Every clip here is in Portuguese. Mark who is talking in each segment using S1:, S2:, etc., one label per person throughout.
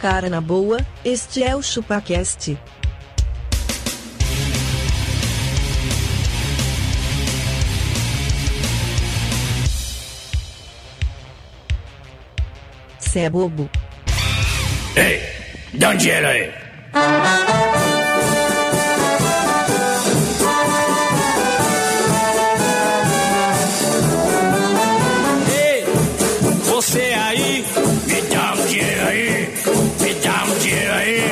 S1: Cara na boa, este é o ChupaCast. Cê é bobo.
S2: Ei, dá um dinheiro aí.
S3: Ei, você aí,
S2: Me dá um dinheiro aí. Me dá um dinheiro aí.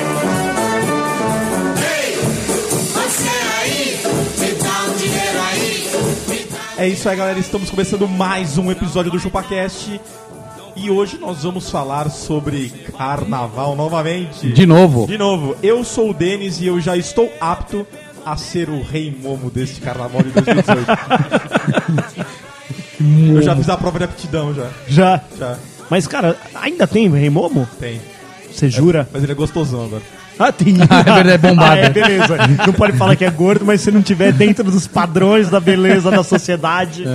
S4: É isso aí, galera. Estamos começando mais um episódio do ChupaCast. E hoje nós vamos falar sobre carnaval novamente.
S5: De novo.
S4: De novo. Eu sou o Denis e eu já estou apto a ser o rei momo deste carnaval de 2018. eu já fiz a prova de aptidão, já.
S6: Já.
S4: Já.
S6: Mas, cara, ainda tem Rei Momo?
S4: Tem.
S6: Você jura?
S4: Mas ele é gostosão agora.
S6: Ah, tem.
S5: Ah, é verdade, é bombado.
S6: é, beleza. Não pode falar que é gordo, mas se não tiver dentro dos padrões da beleza da sociedade.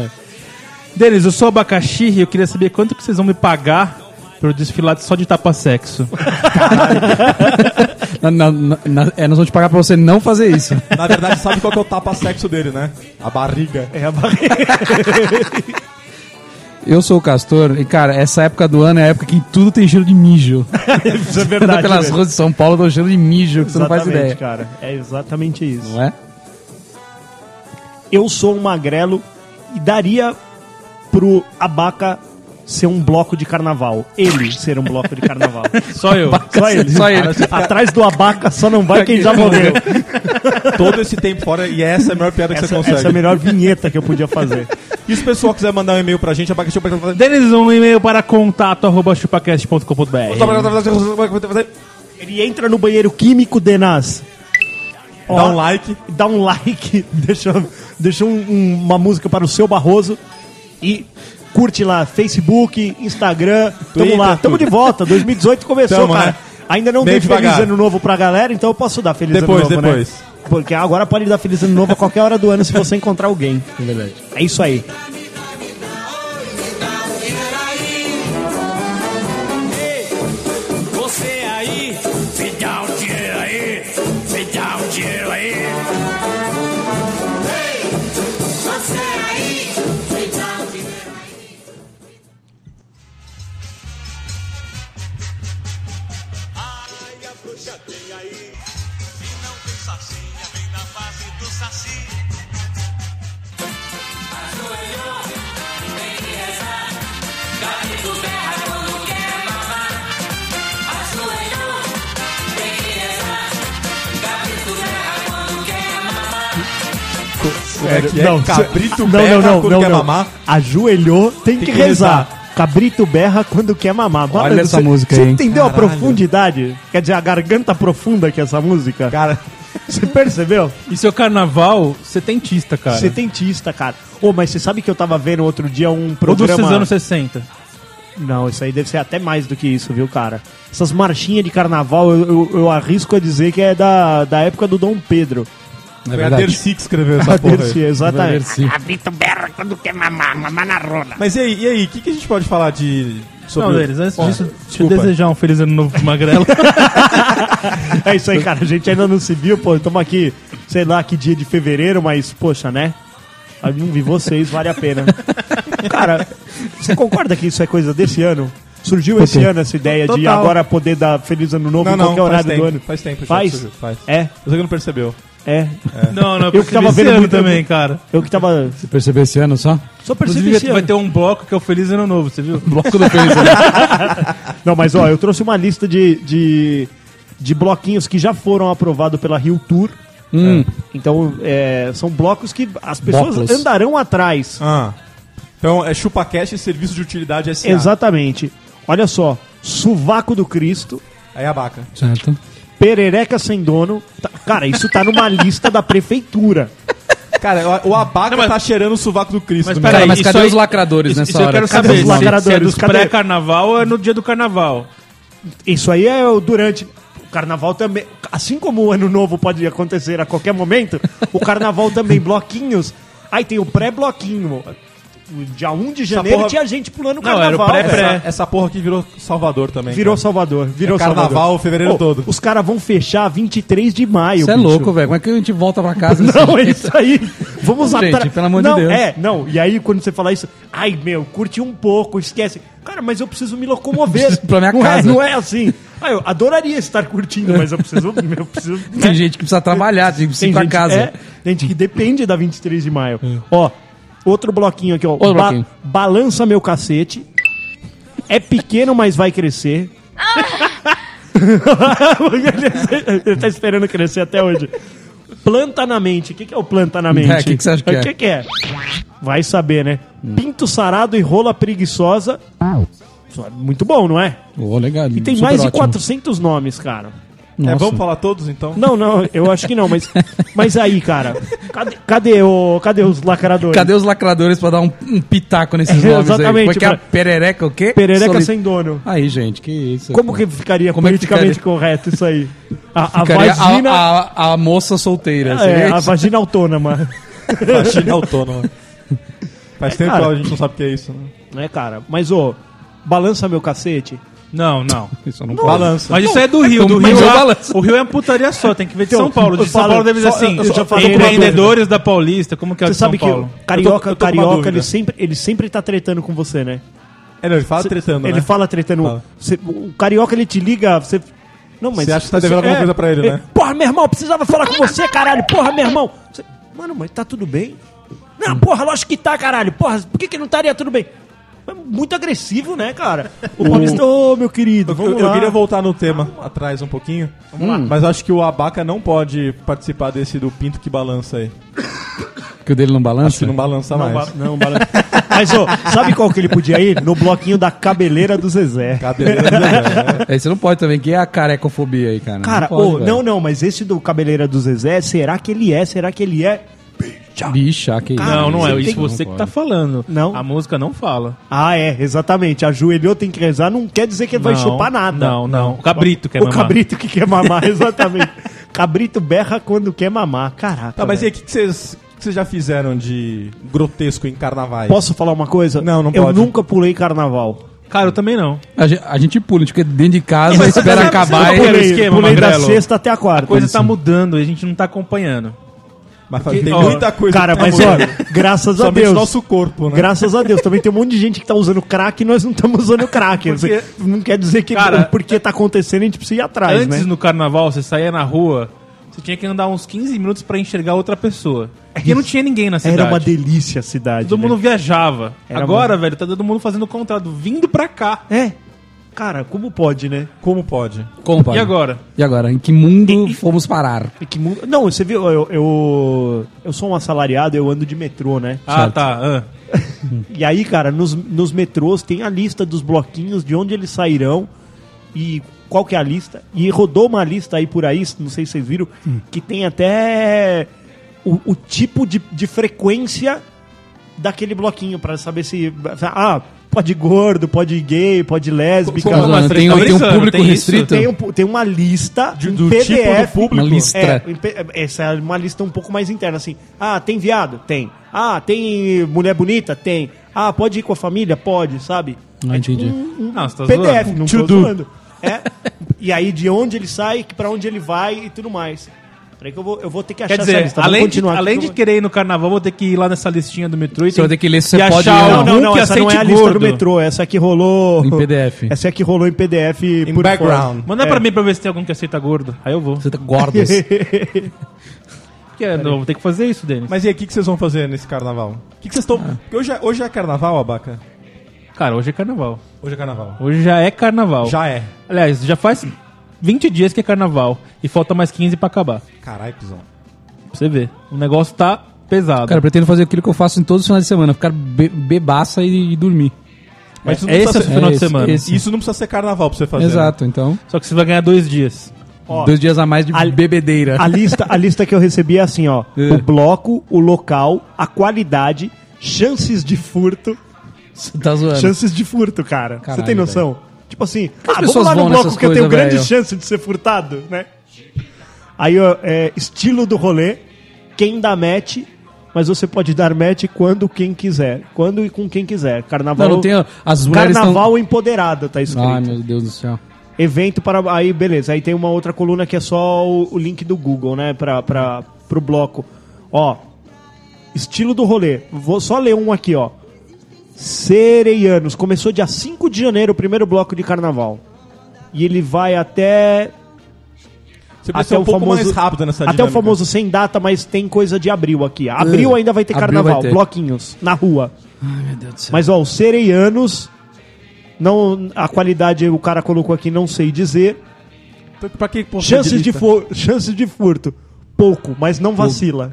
S5: Denis, eu sou abacaxi e eu queria saber quanto que vocês vão me pagar pra eu desfilar só de tapa-sexo. é, nós vamos te pagar pra você não fazer isso.
S4: Na verdade, sabe qual que é o tapa-sexo dele, né? A barriga.
S6: É, a barriga.
S5: Eu sou o Castor e, cara, essa época do ano é a época que tudo tem cheiro de mijo.
S6: Isso é
S5: Anda
S6: verdade.
S5: pelas
S6: mesmo.
S5: ruas de São Paulo, tá um cheiro de mijo que você não faz
S6: Exatamente,
S5: ideia.
S6: cara. É exatamente isso.
S5: Não é?
S6: Eu sou um magrelo e daria pro Abaca ser um bloco de carnaval. Ele ser um bloco de carnaval.
S5: Só eu.
S6: Só ele.
S5: Só ele.
S6: Atrás do Abaca só não vai quem já morreu.
S4: Todo esse tempo fora, e essa é a melhor piada que
S6: Essa,
S4: você consegue.
S6: essa é a melhor vinheta que eu podia fazer.
S4: E se o pessoal quiser mandar um e-mail pra gente, abacaxi.com.br.
S5: Denis, um e-mail para contato arroba chupacast.com.br
S6: Ele entra no banheiro químico, Denas.
S4: Dá um like.
S6: Dá um like, deixa, deixa um- um- uma música para o seu Barroso e curte lá Facebook, Instagram.
S4: Twitter,
S6: tamo lá, tamo
S4: tudo.
S6: de volta. 2018 começou,
S4: Tamo,
S6: cara.
S4: né?
S6: Ainda não
S4: Meio
S6: dei feliz
S4: devagar.
S6: ano novo pra galera, então eu posso dar feliz
S4: Depois,
S6: ano novo.
S4: depois.
S6: Né? Porque agora pode dar feliz ano novo a qualquer hora do ano se você encontrar alguém.
S5: É verdade.
S6: É isso aí.
S3: você aí,
S2: Me dá um dinheiro aí. Me dá um dinheiro aí.
S4: Como é que é? Cabrito
S6: não,
S4: berra
S6: não, não,
S4: quando
S6: não,
S4: quer
S6: não.
S4: mamar.
S6: Ajoelhou, tem, que,
S4: que
S6: rezar. Cabrito berra quando quer mamar. Mano,
S5: essa música
S6: Você
S5: aí, hein?
S6: entendeu a profundidade? Quer dizer, a garganta profunda que é essa música?
S4: Cara,
S6: Você percebeu?
S5: E seu carnaval setentista, cara.
S6: Setentista, cara. Ô, mas você sabe que eu tava vendo outro dia um
S5: Ou dos
S6: programa...
S5: anos 60.
S6: Não, isso aí deve ser até mais do que isso, viu, cara? Essas marchinhas de carnaval, eu, eu- eu arrisco a dizer que é da, da época do Dom Pedro.
S5: É
S4: foi a Dercy que escreveu essa porra aí.
S6: Exatamente.
S4: Mas e aí, e aí, o que, que a gente pode falar de...
S5: Não,
S4: o-
S5: Denis, antes
S4: Ó,
S5: disso, deixa eu
S4: desculpa.
S5: desejar um feliz ano novo pro Magrelo.
S6: É isso aí, cara. A gente ainda não se viu, pô. Estamos aqui, sei lá que dia de fevereiro, mas, poxa, né? Eu não vi vocês, vale a pena. Cara, você concorda que isso é coisa desse ano? Surgiu esse
S5: Ok.
S6: ano essa ideia de
S5: Total.
S6: agora poder dar feliz ano
S5: um
S6: novo
S4: Não,
S6: em
S4: não,
S6: qualquer
S5: é
S4: faz
S6: horário
S4: tempo,
S6: do ano?
S4: faz tempo já que
S6: Faz?
S4: surgiu, faz.
S6: É,
S4: Você que não percebeu.
S6: é.
S5: Não, não,
S6: Eu que tava
S5: percebi
S6: vendo
S5: esse ano
S6: muito-
S5: também, cara.
S6: Eu que tava.
S5: Percebeu esse ano só?
S6: Só
S5: Inclusive,
S6: percebi esse
S5: vai
S6: ano.
S5: ter um bloco que é o Feliz Ano Novo, você viu? Bloco do Feliz Ano Novo.
S6: Não, mas ó, eu trouxe uma lista de, de, de bloquinhos que já foram aprovados pela Rio Tour.
S5: Hum.
S6: Então, é, são blocos que as pessoas
S5: Blocos.
S6: andarão atrás.
S4: Ah. Então, é ChupaCast e Serviço de Utilidade S.A.
S6: Exatamente. Olha só, Suvaco do Cristo,
S4: Aí é abaca.
S5: Certo.
S6: Perereca Sem Dono. Tá- cara, isso tá numa lista da prefeitura.
S4: Cara, o, o abaca
S5: Não, mas-
S4: tá cheirando o sovaco do Cristo.
S5: Mas
S4: né?
S5: peraí,
S4: Cara,
S5: mas
S7: isso
S5: cadê
S7: aí-
S5: os lacradores
S7: isso-
S5: nessa
S7: isso eu
S5: hora?
S7: quero
S6: saber.
S5: se-
S6: Os lacradores,
S5: se é dos
S6: cadê?
S5: pré-carnaval ou é no dia do carnaval?
S6: Isso aí é o durante. O carnaval também. Assim como o ano novo pode acontecer a qualquer momento, o carnaval também, bloquinhos. Aí tem o pré-bloquinho. dia 1 de janeiro
S4: porra-
S6: tinha gente pulando o
S5: Não, era o
S6: carnaval.
S5: pré-pré.
S6: cara.
S4: Essa, essa porra aqui virou Salvador também.
S6: Virou
S4: cara.
S6: Salvador. Virou
S4: É carnaval
S6: Salvador.
S4: fevereiro
S6: Ô,
S4: todo.
S6: Os caras vão fechar 23 de maio.
S7: Você é
S6: bicho.
S7: louco, velho. Como é que a gente volta pra casa
S6: Não, é
S7: assim?
S6: isso aí. Vamos
S7: Gente,
S6: atra-
S7: pelo amor de
S6: não,
S7: Deus.
S6: É, não. E aí, quando você falar isso, ai meu, curte um pouco, esquece. Cara, mas eu preciso me locomover.
S7: Preciso ir pra minha
S6: não
S7: casa.
S6: É, não é assim. Ah, eu adoraria estar curtindo, mas eu preciso. Eu preciso né?
S7: Tem gente que precisa trabalhar, tem que ir pra
S6: gente-
S7: casa. É.
S6: é, tem gente que depende da 23 de maio. Ó, outro bloquinho aqui, ó.
S7: Outro bloquinho.
S6: Balança meu cacete. É pequeno, mas vai crescer. Ele tá esperando crescer até hoje. Planta na mente. O que, que é o planta na mente?
S7: É, o que que você acha que
S6: O
S7: é?
S6: que, que é? Vai saber, né? Pinto sarado e rola preguiçosa. Muito bom, não é?
S7: Ô, legal.
S6: E tem mais de 400 nomes, cara.
S4: É, vamos falar todos então?
S6: Não, não, eu acho que não, mas, mas aí, cara, cadê, cadê, o, cadê os lacradores?
S7: Cadê os lacradores pra dar um, um pitaco nesses
S6: É,
S7: nomes
S6: exatamente,
S7: aí? Como é que é a
S6: pra-
S7: perereca o quê?
S6: Perereca
S7: Soli-
S6: sem dono.
S7: Aí, gente, que isso.
S6: Como que ficaria
S7: Como é que
S6: politicamente
S7: ficaria?
S6: correto isso aí? A, a
S7: Ficaria a,
S6: vagina...
S7: a- a moça solteira.
S6: é,
S7: seria
S6: a
S7: isso?
S6: vagina autônoma.
S4: Faxina autônoma. Faz tempo
S6: cara.
S4: que a gente não sabe o que é isso, né?
S6: né, cara? Mas, ô, balança meu cacete.
S5: Não, não.
S7: Isso eu não posso.
S4: Balança.
S5: Mas isso é do Rio. Do
S7: Mas
S5: Rio
S7: eu
S5: lá-
S7: balanço.
S5: o Rio é uma putaria só, tem que ver de
S6: Então,
S5: São Paulo.
S6: eu
S5: De São
S6: falo-
S5: Paulo deve dizer
S6: só-
S5: assim,
S6: eu só falo com uma
S5: empreendedores da Paulista, como que é o
S6: Você
S5: de São
S6: sabe que
S5: Paulo?
S6: o carioca,
S4: eu tô com uma
S6: carioca
S4: dúvida.
S6: ele, sempre, ele sempre tá tretando com você, né?
S4: É, não, ele fala
S6: Cê-
S4: tretando,
S6: Ele
S4: né?
S6: fala tretando.
S4: Fala.
S6: Cê- o carioca, ele te liga, você... Não, mas... é
S4: Você acha que tá devendo alguma coisa pra ele, né?
S6: Porra, meu irmão, eu precisava falar com você, caralho. Porra, meu irmão. Você- Mano, mas tá tudo bem? Não, porra, lógico que tá, caralho. Porra, por que que não estaria tudo bem? Mas Muito agressivo, né, cara? O Paulista, ô, meu querido,
S4: Eu-
S6: vamos
S4: eu,
S6: lá.
S4: eu queria voltar no tema atrás um pouquinho.
S6: Hum.
S4: Mas acho que o Abaca não pode participar desse do Pinto que balança aí.
S7: Que o dele não balança?
S4: Que não balança
S6: Não,
S4: mais.
S6: ba- não, balança. Mas, ô, sabe qual que ele podia ir? No bloquinho da cabeleira do Zezé.
S4: Cabeleira do Zezé, né?
S7: Aí você não pode também, que é a carecofobia aí, cara.
S6: Cara,
S7: não, pode,
S6: ô,
S7: velho.
S6: não, não, mas esse do cabeleira do Zezé, será que ele é? Será que ele é?
S7: Bicha, que isso.
S5: Não, não é.
S7: Você
S5: Isso
S7: tem-
S5: você que
S7: não
S5: tá
S7: pode.
S5: falando.
S6: Não.
S5: A música não fala.
S6: Ah, é, exatamente. Ajoelhou, tem que rezar, não quer dizer que ele vai
S5: Não,
S6: chupar nada.
S5: Não, não. O cabrito quer
S6: o
S5: mamar.
S6: cabrito que quer mamar, exatamente. cabrito berra quando quer mamar. Caraca.
S4: Tá, mas e aí,
S6: velho.
S4: o que que vocês o que vocês já fizeram de grotesco em carnavais?
S6: Posso falar uma coisa?
S4: Não, não
S6: Eu
S4: pode.
S6: nunca pulei carnaval.
S5: Cara, eu também não.
S7: A gente, a gente pula, a gente fica dentro de casa, espera acabar.
S5: Aí
S6: Eu
S5: era o
S6: pulei,
S5: É esquema,
S6: pulei da
S5: Magrelo.
S6: sexta até a quarta.
S5: A coisa
S6: Isso.
S5: tá mudando e a gente não tá acompanhando.
S4: Mas tem
S5: ó,
S4: muita coisa
S6: Cara,
S4: que tá
S6: mas
S4: mudando.
S6: olha, graças a
S4: Somente
S6: Deus.
S4: nosso corpo, né?
S6: Graças a Deus. Também tem um monte de gente que tá usando crack e nós não estamos usando crack.
S5: Porque-
S6: Não quer dizer que
S5: Cara,
S6: porque tá acontecendo a gente precisa ir atrás,
S5: Antes
S6: né?
S5: no carnaval, você saía na rua, você tinha que andar uns 15 minutos pra enxergar outra pessoa. Porque não tinha ninguém na cidade.
S6: Era uma delícia a cidade.
S5: Todo
S6: né?
S5: mundo viajava.
S6: Era
S5: Agora, velho, tá todo mundo fazendo o contrário, vindo pra cá.
S6: É. Cara, como pode, né?
S4: Como pode?
S7: Como, pai?
S5: E agora?
S7: E agora? Em que mundo fomos parar?
S6: É Que mu- Não, você viu, eu, eu, eu sou um assalariado, eu ando de metrô, né?
S5: Ah, tá. ah.
S6: E aí, cara, nos, nos metrôs tem a lista dos bloquinhos, de onde eles sairão e qual que é a lista. E rodou uma lista aí por aí, não sei se vocês viram, que tem até o, o tipo de, de frequência daquele bloquinho, pra saber se... Ah, pode gordo, pode gay, pode lésbica...
S5: Como
S7: Mas,
S5: assim?
S7: tem,
S5: Tá
S7: tem um
S5: brincando,
S7: público
S5: tem isso?
S7: restrito?
S6: Tem, um pu- tem uma lista
S4: De-
S6: um
S4: do tipo do público?
S7: Uma lista.
S6: É, em P- essa é uma lista um pouco mais interna, assim. Ah, tem viado? Tem. Ah, tem mulher bonita? Tem. Ah, pode ir com a família? Pode, sabe? É tipo um,
S7: Não entendi.
S5: Não, você tá
S6: PDF,
S5: zoando.
S6: não
S5: To
S6: tô
S5: do.
S6: zoando. É. E aí, de onde ele sai, pra onde ele vai e tudo mais. Peraí que eu vou, eu vou ter que achar
S5: Quer dizer,
S6: Vamos
S5: além, de,
S6: continuar tá aqui,
S5: além
S6: que
S5: de
S6: eu vou-
S5: querer ir no carnaval, vou ter que ir lá nessa listinha do metrô e
S7: Você vai ter que ler se
S5: e
S7: você pode
S5: achar
S7: ou
S6: Não, não,
S5: algum
S6: não,
S5: que
S6: essa não é a
S5: aceite
S6: lista
S5: gordo.
S6: do metrô. Essa que rolou...
S7: Em PDF.
S6: Essa é que rolou em PDF
S4: Em
S6: por
S4: background.
S5: Manda
S6: É.
S5: pra mim pra ver se tem algum que aceita gordo. Aí eu vou.
S7: Você tá gordas.
S6: fora.
S5: Que
S6: né?
S5: é, não, vou ter que fazer isso, Denis.
S4: Mas e aí, o que que vocês vão fazer nesse carnaval? O que que vocês estão...
S6: Ah.
S4: Porque Hoje, é- hoje é carnaval, Abaca?
S5: Cara, hoje é carnaval.
S4: Hoje é carnaval.
S5: Hoje já é carnaval.
S4: Já é.
S5: Aliás, já faz 20 dias que é carnaval. E falta mais 15 pra acabar.
S4: Caralho, cuzão.
S5: Pra você ver. O negócio tá pesado.
S7: Cara, eu pretendo fazer aquilo que eu faço em todos os finais de semana, ficar be bebaça e, e dormir.
S4: Mas isso não
S5: é esse
S4: precisa
S5: o
S4: ser-
S5: final
S7: é
S5: de
S7: esse,
S5: semana.
S7: esse.
S4: Isso não precisa ser carnaval pra você fazer. né?
S7: Exato, então.
S5: Só que você vai ganhar dois dias.
S7: dois dias a mais de
S6: a-
S7: bebedeira.
S6: A lista, a lista que eu recebi é assim, ó.
S7: É.
S6: O bloco, o local, a qualidade, chances de furto.
S7: Você tá zoando.
S6: Chances de furto, cara. Você
S7: Caralho,
S6: tem noção? Tipo assim, ah, vamos
S7: pessoas
S6: lá no
S7: vão
S6: bloco
S7: nessas
S6: que eu tenho
S7: coisas,
S6: grande
S7: velho?
S6: chance de ser furtado, né? Aí, ó, é, estilo do rolê, quem dá match, mas você pode dar match quando quem quiser. Quando e com quem quiser. Carnaval.
S7: Não, não tem. As mulheres
S6: Carnaval empoderada, tá
S7: Tão...
S6: escrito.
S7: Ai, meu Deus do céu.
S6: Evento para. Aí, beleza. Aí tem uma outra coluna que é só o, o link do Google, né? Pra, pra, pro bloco. Ó. Estilo do rolê. Vou só ler um aqui, ó. Sereianos. Começou dia 5 de janeiro, o primeiro bloco de carnaval. E ele vai até.
S4: Você precisa
S6: Até
S4: ser
S6: o
S4: um pouco
S6: famoso,
S4: mais rápido
S7: Tá
S4: nessa
S6: até o
S4: dinâmica.
S6: famoso sem data, mas tem coisa de abril aqui. Abril
S7: Uh,
S6: ainda vai ter
S7: abril
S6: carnaval,
S7: vai ter.
S6: bloquinhos, na rua.
S7: Ai, meu Deus do céu.
S6: Mas ó, os sereianos, não, a qualidade o cara colocou aqui, não sei dizer.
S4: Pra que ponto
S6: Chances de,
S4: lista?
S6: fu- chances de furto, pouco, mas não vacila.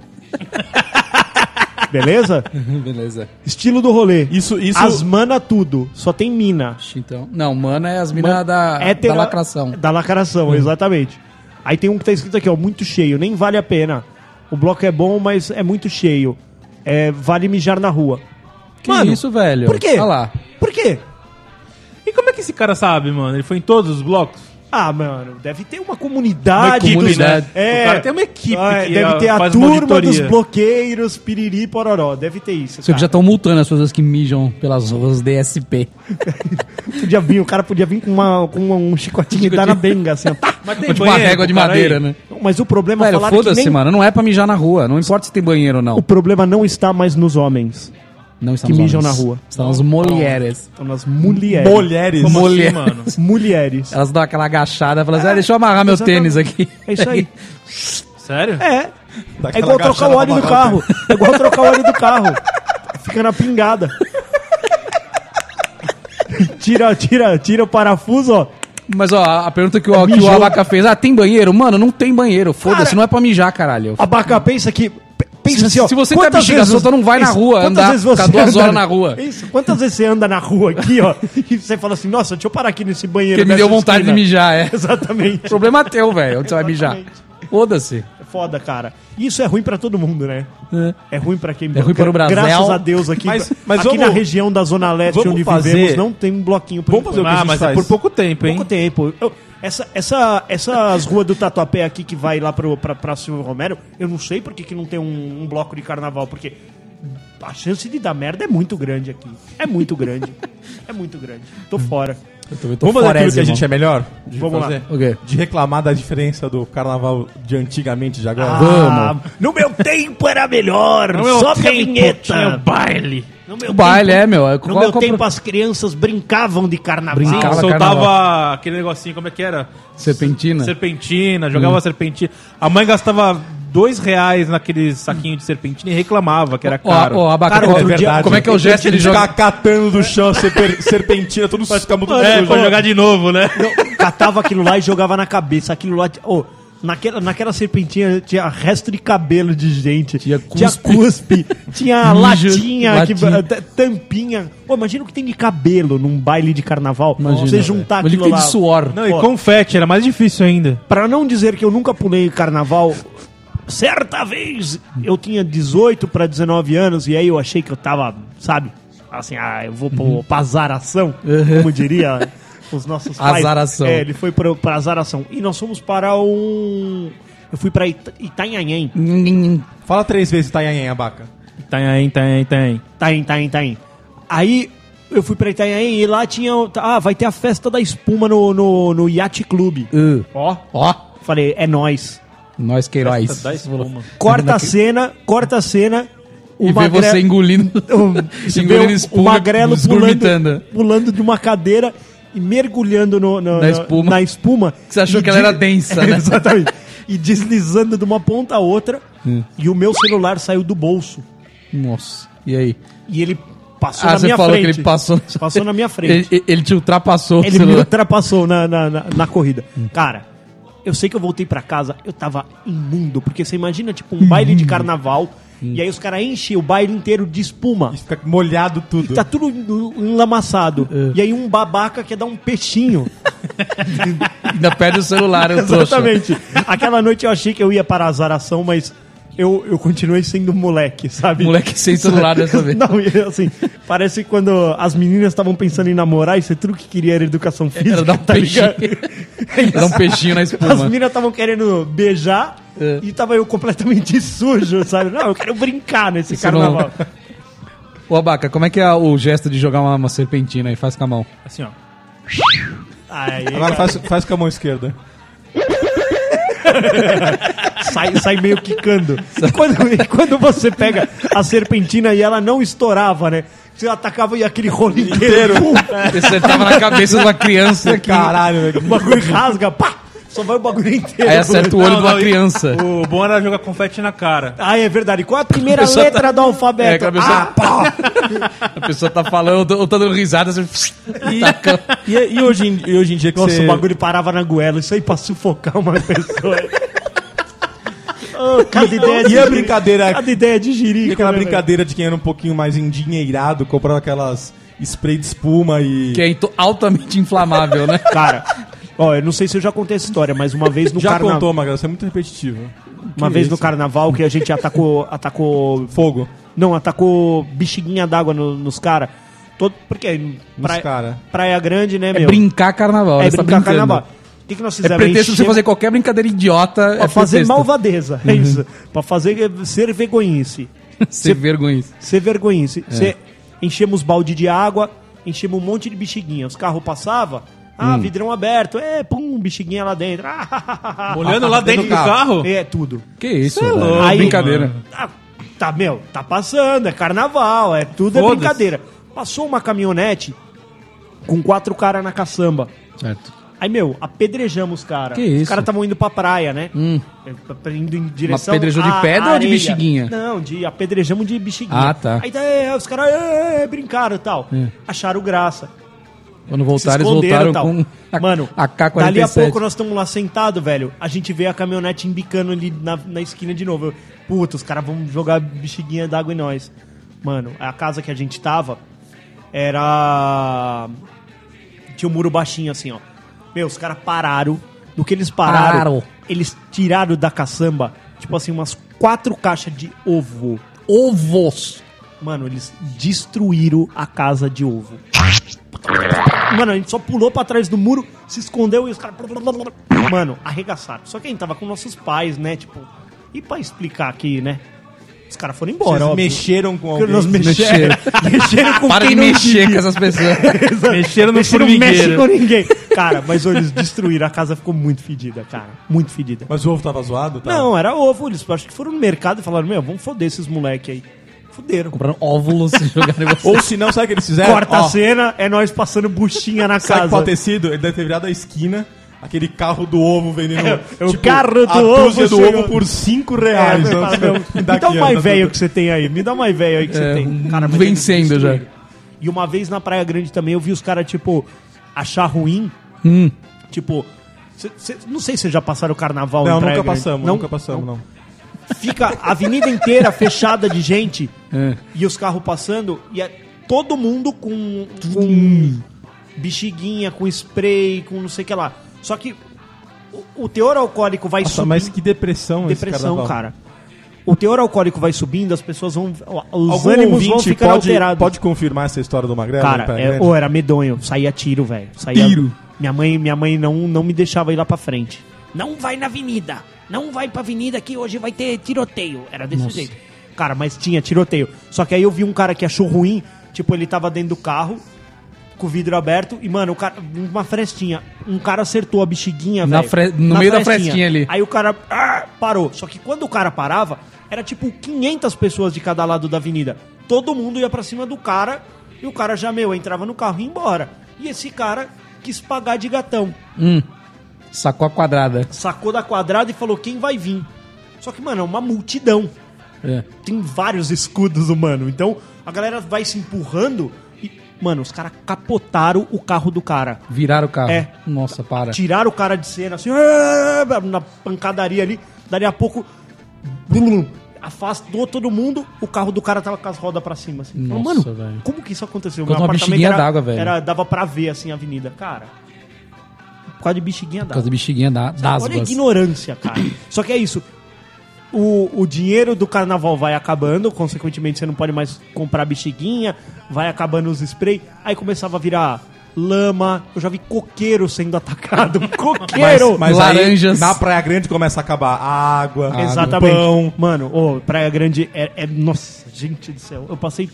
S6: Beleza?
S7: Beleza.
S6: Estilo do rolê.
S4: Isso, isso.
S6: As mana tudo, só tem mina.
S7: Então. Não, mana é as
S6: Man-
S7: minas da,
S6: hétero-
S7: da lacração.
S6: Da lacração, exatamente. Aí tem um que tá escrito aqui, ó, muito cheio, nem vale a pena. O bloco é bom, mas é muito cheio. É, vale mijar na rua.
S7: Que isso, velho?
S6: Por quê?
S7: Olha lá.
S6: Por quê?
S5: E como é que esse cara sabe, mano? Ele foi em todos os blocos?
S6: Ah, mano, deve ter uma comunidade.
S5: Uma equipe,
S6: dos-
S5: né?
S6: É,
S5: O cara tem uma equipe
S6: Ah,
S5: que,
S6: deve
S5: ah,
S6: ter a
S5: faz
S6: turma
S5: uma auditoria.
S6: dos bloqueiros, piriri, pororó. Deve ter isso.
S7: Você que
S6: cara.
S7: já estão multando as pessoas que mijam pelas ruas DSP.
S6: Podia vir, o cara podia vir com, uma, com um chicotinho e dar na benga, assim. ó. Tá.
S5: Mas
S7: Ou tipo uma régua de madeira, né?
S6: Mas o problema
S7: Velho,
S6: falaram que
S7: foda-se,
S6: nem-
S7: mano. Não é pra mijar na rua. Não importa se tem banheiro ou
S6: O
S7: não.
S6: problema não está mais nos homens.
S7: Não
S6: que mijam na rua.
S7: São as mulheres.
S6: Estão nas mulheres.
S4: Mulheres.
S5: Como
S7: Mulher.
S5: assim, mano?
S6: Mulheres.
S7: Elas dão aquela agachada e falam assim, ah, deixa eu amarrar meu
S6: exatamente.
S7: tênis aqui.
S6: É isso aí.
S5: Sério?
S6: É.
S4: Dá
S6: É
S4: aquela
S6: igual trocar
S4: agachada
S6: o óleo
S4: pra
S6: do
S4: amarrar
S6: carro. É igual trocar o óleo do carro. Fica na pingada. Tira, tira, tira o parafuso, ó.
S7: Mas ó, a pergunta que o, que
S6: mijou.
S7: o Abaca fez, ah, tem banheiro? Mano, não tem banheiro. Foda-se,
S6: Cara-
S7: não é pra mijar, caralho.
S6: Abaca, pensa que. pe- Pensa
S7: Se-
S6: assim, ó.
S7: se você tá tem a bexiga solta, não vai na rua
S6: quantas
S7: andar,
S6: vezes
S7: ficar
S6: você
S7: duas
S6: anda-
S7: horas na rua.
S6: Isso. Quantas vezes você anda na rua aqui, ó, e você fala assim, nossa, deixa eu parar aqui nesse banheiro.
S7: Porque me deu
S6: dessa
S7: vontade de
S6: esquina.
S7: mijar, é.
S6: Exatamente.
S7: Problema é teu, velho, onde você vai mijar.
S6: Exatamente.
S7: Foda-se.
S6: É Foda, cara. Isso é ruim pra todo mundo, né? É, ruim pra quem...
S7: É ruim para o Brasil.
S6: Graças a Deus aqui,
S4: Mas- mas
S6: aqui
S4: vamos-
S6: na região da Zona Leste
S4: vamos
S6: onde
S4: fazer-
S6: vivemos não tem um bloquinho. Por
S4: Vamos fazer o que a
S5: Ah,
S4: gente
S5: mas é
S4: faz.
S5: por pouco tempo, hein?
S6: Pouco tempo. Eu- essa, essa, essas ruas do Tatuapé aqui que vai lá pro, pra, pra Silvio Romero, eu não sei por que que não tem um, um bloco de carnaval, porque a chance de dar merda é muito grande aqui. É muito grande. é muito grande. Tô fora.
S4: Vamos fazer aquilo que a gente é melhor? De
S6: Vamos lá.
S7: O quê?
S4: De reclamar da diferença do carnaval de antigamente de agora.
S7: Tá.
S6: Ah, no meu tempo era melhor. Sobe a vinheta.
S5: baile.
S6: No meu
S7: O baile,
S6: tempo-
S7: é, meu.
S6: No
S7: Qual-
S6: meu
S7: qual-
S6: tempo as crianças brincavam de carnaval.
S7: Brincava. Fala,
S5: Soltava
S7: carnaval.
S5: aquele negocinho, como é que era?
S7: Serpentina. Hum.
S5: Serpentina, jogava serpentina. A mãe gastava dois reais naquele saquinho de serpentina e reclamava que era
S7: Ó,
S5: caro.
S7: ó, Abaca,
S6: Cara,
S7: ó,
S6: outro dia-
S7: como é que é o gesto? Ele joga...
S4: Ficar catando do chão, serpe- serpentina, tudo fica muito
S5: é,
S4: sujo.
S5: pra jogar de novo, né?
S6: Eu catava aquilo lá e jogava na cabeça. Aquilo lá. ti- Ô, naquela, naquela serpentina tinha resto de cabelo de gente. Tinha
S7: cuspe.
S6: Tinha, cuspe, tinha
S7: Mijo,
S6: latinha,
S7: latinha.
S6: que- eh, tampinha. Ô, imagina o que tem de cabelo num baile de carnaval.
S7: Imagina,
S6: você juntar
S7: velho. Imagina
S6: aquilo
S7: que
S6: lá.
S7: tem de suor.
S5: Não, e
S6: Ó.
S5: confete, era mais difícil ainda.
S6: Pra não dizer que eu nunca pulei carnaval, certa vez eu tinha 18 pra 19 anos e aí eu achei que eu tava, sabe? Assim, ah, eu vou pro, pra azaração, como diria os nossos pais.
S7: Uhum. Azaração.
S6: É, ele foi pra, pra azaração. E nós fomos para um... Eu fui pra Ita Itanhanhém.
S4: Fala três vezes Itanhaém, abaca.
S5: Tem, tem, tem.
S6: Itaim, Itaim, Itaim. Aí eu fui pra Itanhaém e lá tinha... o- Ah, vai ter a festa da espuma no, no, no Yacht Club.
S7: Uh,
S6: Ó,
S7: Ó,
S6: falei, é nóis.
S7: nós queiroz.
S6: Corta a cena, corta a cena.
S7: E vê
S6: magre-
S7: você engolindo,
S6: um- você vê
S7: engolindo
S6: o, o
S7: espuma,
S6: magrelo pulando,
S7: esgurmitando.
S6: pulando de uma cadeira e mergulhando no, no-
S7: Na
S6: no-
S7: espuma.
S6: na espuma.
S7: Que você achou
S6: E
S7: que ela era densa, né?
S6: Exatamente. E deslizando de uma ponta a outra.
S7: É.
S6: E o meu celular saiu do bolso.
S7: Nossa, e aí?
S6: E ele passou
S7: Ah,
S6: na
S7: você
S6: minha
S7: falou
S6: frente.
S7: que ele passou...
S6: Passou na minha frente.
S7: Ele, ele te ultrapassou.
S6: Ele
S7: sei
S6: me
S7: lá.
S6: ultrapassou na, na, na- na corrida. Cara, eu sei que eu voltei pra casa, eu tava imundo, porque você imagina, tipo, um baile de carnaval, e aí os caras enchem o baile inteiro de espuma.
S4: Fica molhado tudo.
S6: Tá tudo enlamaçado.
S7: É.
S6: E aí um babaca quer dar um peixinho.
S7: Ainda perde o celular, eu trouxe.
S6: Exatamente. Aquela noite eu achei que eu ia para a azaração, mas eu, eu continuei sendo moleque, sabe?
S7: Moleque sem celular dessa vez.
S6: Não, e assim, parece que quando as meninas estavam pensando em namorar, isso é tudo que queria era educação física.
S7: Era dar um
S6: tá ligado?
S7: peixinho. Era um peixinho na
S6: As
S7: espuma.
S6: meninas estavam querendo beijar
S7: É.
S6: E tava eu completamente sujo, sabe? Não, eu quero brincar nesse
S7: Isso
S6: carnaval.
S7: Ô, Abaca, como é que é o gesto de jogar uma, uma serpentina aí? Faz com a mão.
S5: Assim, ó.
S6: Aí,
S4: Agora faz, faz com a mão esquerda.
S6: sai, sai meio quicando. E quando, e quando você pega a serpentina e ela não estourava, né? Você atacava e aquele rolo inteiro. pum,
S7: Porque Você tava na cabeça de uma criança aqui.
S4: Caralho, velho.
S6: o bagulho rasga, pá! Só vai o bagulho inteiro.
S7: Aí acerta o olho
S5: Não,
S7: de uma
S5: não, e-
S7: criança.
S5: O bom era jogar confete na cara.
S6: Ah, é verdade. Qual a primeira
S7: A pessoa
S6: letra do
S7: É,
S6: alfabeto?
S7: que a pessoa-
S6: Ah, pá!
S7: A pessoa tá falando, ou tá dando risada, você... Taca.
S4: E, e hoje, em- e hoje em dia que
S6: Nossa,
S4: você...
S6: o bagulho parava na goela. Isso aí pra sufocar uma pessoa. Ô, cada ideia
S4: E a
S6: giri-
S4: brincadeira-
S6: Cada ideia de
S4: E
S6: girica.
S4: aquela
S6: né, velho?
S4: brincadeira de quem era um pouquinho mais endinheirado, comprava aquelas spray de espuma e...
S7: Que é into- altamente inflamável, né?
S6: Cara, ó, eu não sei se eu já contei essa história, mas uma vez no
S4: Já
S6: carnaval.
S4: contou, Magrão, você é muito repetitivo.
S6: Uma vez no carnaval que a gente atacou. atacou
S4: Fogo.
S6: Não, atacou bexiguinha d'água no- nos caras. Porque praia,
S4: cara.
S6: praia Grande, né,
S7: É
S6: meu?
S7: brincar carnaval.
S6: é
S7: você tá
S6: brincar
S7: brincando.
S6: carnaval. O que, que nós
S7: É
S6: fizemos?
S7: pretexto pra você
S6: Enchemos-
S7: fazer Uhum. qualquer brincadeira idiota.
S6: Pra
S7: é
S6: fazer
S7: pretexto.
S6: malvadeza. É isso. Pra fazer ser vergonhice.
S7: Ser vergonha.
S6: Ser vergonhice. Você enchemos balde de água, enchemos um monte de bexiguinha. Os carros passavam, ah, vidrão aberto, é, pum, bexiguinha lá dentro. Ah,
S5: Olhando lá dentro do Tá carro.
S6: É tudo.
S7: Que isso?
S5: é
S7: velho?
S5: louco,
S7: Aí, brincadeira.
S5: mano.
S6: Ah, tá, meu, tá passando, é carnaval, é tudo é
S5: Foda-se.
S6: brincadeira. Passou uma caminhonete com quatro caras na caçamba.
S7: Certo.
S6: Aí, meu, apedrejamos os caras.
S7: Que
S6: Os
S7: isso? Hum.
S6: caras estavam indo pra praia, né? É, pra- Indo em direção.
S7: apedrejou de
S6: à
S7: pedra ou de
S6: areia.
S7: bexiguinha?
S6: Não, de apedrejamos de bexiguinha.
S7: Ah, tá. É.
S6: Aí tá, é, os caras é, é, brincaram e tal. Acharam graça.
S7: Quando
S6: Se
S7: voltaram, eles
S6: esconderam
S7: voltaram
S6: e tal.
S7: com a,
S6: Mano,
S7: a K-47.
S6: dali a pouco nós estamos lá sentado, velho. A gente vê a caminhonete embicando ali na, na esquina de novo. Eu, Puta, os caras vão jogar bexiguinha d'água em nós. Mano, a casa que a gente tava era. Tinha um muro baixinho assim, ó. Meu, os caras pararam. Do que eles pararam,
S7: Pararam.
S6: eles tiraram da caçamba, tipo assim, umas quatro caixas de ovo.
S7: Ovos.
S6: Mano, eles destruíram a casa de ovo. Mano, a gente só pulou pra trás do muro, se escondeu e os caras. Mano, arregaçaram. Só que a gente tava com nossos pais, né? Tipo, e pra explicar aqui, né? Os caras foram embora.
S4: Vocês
S6: óbvio.
S4: mexeram com alguém.
S6: Nós mexeram.
S7: Mexeram.
S6: mexeram com
S7: Para
S6: quem
S7: de
S6: não
S7: mexer
S6: devia.
S7: com essas pessoas.
S5: Mexeram no
S6: Mexeram, mexe
S5: formigueiro.
S6: com ninguém. Cara, mas ô, eles destruíram. A casa ficou muito fedida, cara. Muito fedida.
S4: Mas o ovo tava zoado? tá? Tava.
S6: Não, era ovo. Eles acho que foram no mercado e falaram: Meu, vamos foder esses moleque aí. Fuderam.
S7: Compraram óvulos e jogaram em você.
S4: Ou se não, sabe o que eles fizeram?
S6: Corta
S4: Ó,
S6: a cena, é nós passando buchinha na
S4: Sabe
S6: casa.
S4: qual ter sido? Ele deve ter virado a esquina, aquele carro do ovo vendendo. tipo,
S6: É, o carro do
S4: a dúzia
S6: ovo
S4: do
S6: chegou.
S4: ovo por 5
S6: É,
S4: reais. Então,
S6: me
S4: Não,
S6: fala,
S4: não,
S6: meu,
S4: me dá
S6: me
S4: aqui,
S6: dá um mais
S4: ó,
S6: velho que você tem aí. Me dá um mais velho aí que você
S7: É,
S6: tem.
S7: um
S6: mas eles
S7: vencendo
S6: destruíram.
S7: já.
S6: E uma vez na Praia Grande também eu vi os caras, tipo, achar ruim.
S7: Hum.
S6: Tipo. cê- cê- não sei se vocês já passaram o carnaval
S4: Não,
S6: em Praia
S4: nunca
S6: Grande.
S4: passamos,
S6: um né? Não?
S4: nunca passamos, não.
S6: Fica a avenida inteira fechada de gente
S7: É.
S6: e os carros passando e é todo mundo com, com bexiguinha, com spray, com não sei o que lá. Só que o, o teor alcoólico vai
S4: Nossa,
S6: subindo.
S4: mas que depressão, esse
S6: depressão,
S4: carnaval.
S6: cara. O teor alcoólico vai subindo, as pessoas vão. Os
S4: Algum
S6: ânimos
S4: ouvinte
S6: vão ficar
S4: pode,
S6: alterados.
S4: pode confirmar essa história do Magrelo?
S6: Cara,
S4: Pé
S6: é,
S4: Grande?
S6: ou era medonho, saía tiro, velho. Saía...
S7: Tiro.
S6: Minha mãe, minha mãe não, não me deixava ir lá pra frente. Não vai na avenida. Não vai pra avenida que hoje vai ter tiroteio. Era desse jeito. Cara, mas tinha tiroteio. Só que aí eu vi um cara que achou ruim, tipo, ele tava dentro do carro, com o vidro aberto, e, mano, o cara, uma frestinha. Um cara acertou a bexiguinha,
S7: Na
S6: velho.
S7: fre- no meio da frestinha ali.
S6: Aí o cara ah, parou. Só que quando o cara parava, era tipo 500 pessoas de cada lado da avenida. Todo mundo ia pra cima do cara e o cara já, meu, entrava no carro e ia embora. E esse cara quis pagar de gatão.
S7: Sacou a quadrada.
S6: Sacou da quadrada e falou quem vai vir. Só que, mano, é uma multidão.
S7: É.
S6: Tem vários escudos, mano. Então a galera vai se empurrando e, mano, os caras capotaram o carro do cara.
S7: Viraram o carro.
S6: É.
S7: Nossa, para.
S6: Tiraram o cara de cena, assim, "Ah!" na pancadaria ali. Dali a pouco, blum, afastou todo mundo. O carro do cara tava com as rodas pra cima, assim. Eu,
S7: Nossa,
S6: mano,
S7: velho.
S6: como que isso aconteceu?
S7: Conta uma bexiguinha
S6: era,
S7: d'água, velho.
S6: era- dava pra ver, assim, a avenida. Cara, por causa de bexiguinha
S7: Por causa da
S6: d'água.
S7: bexiguinha da, das
S6: Olha a ignorância, cara. Só que é isso. O, o dinheiro do carnaval vai acabando, consequentemente você não pode mais comprar bexiguinha, vai acabando os spray. Aí começava a virar lama. Eu já vi coqueiro sendo atacado.
S4: Mas,
S6: Coqueiro!
S4: mas
S7: Laranjas.
S4: aí na Praia Grande começa a acabar a
S7: Ah,
S4: água,
S6: Ah, Exatamente.
S4: pão.
S6: Mano, ô, Praia Grande é, é- Nossa, gente do céu. Eu passei.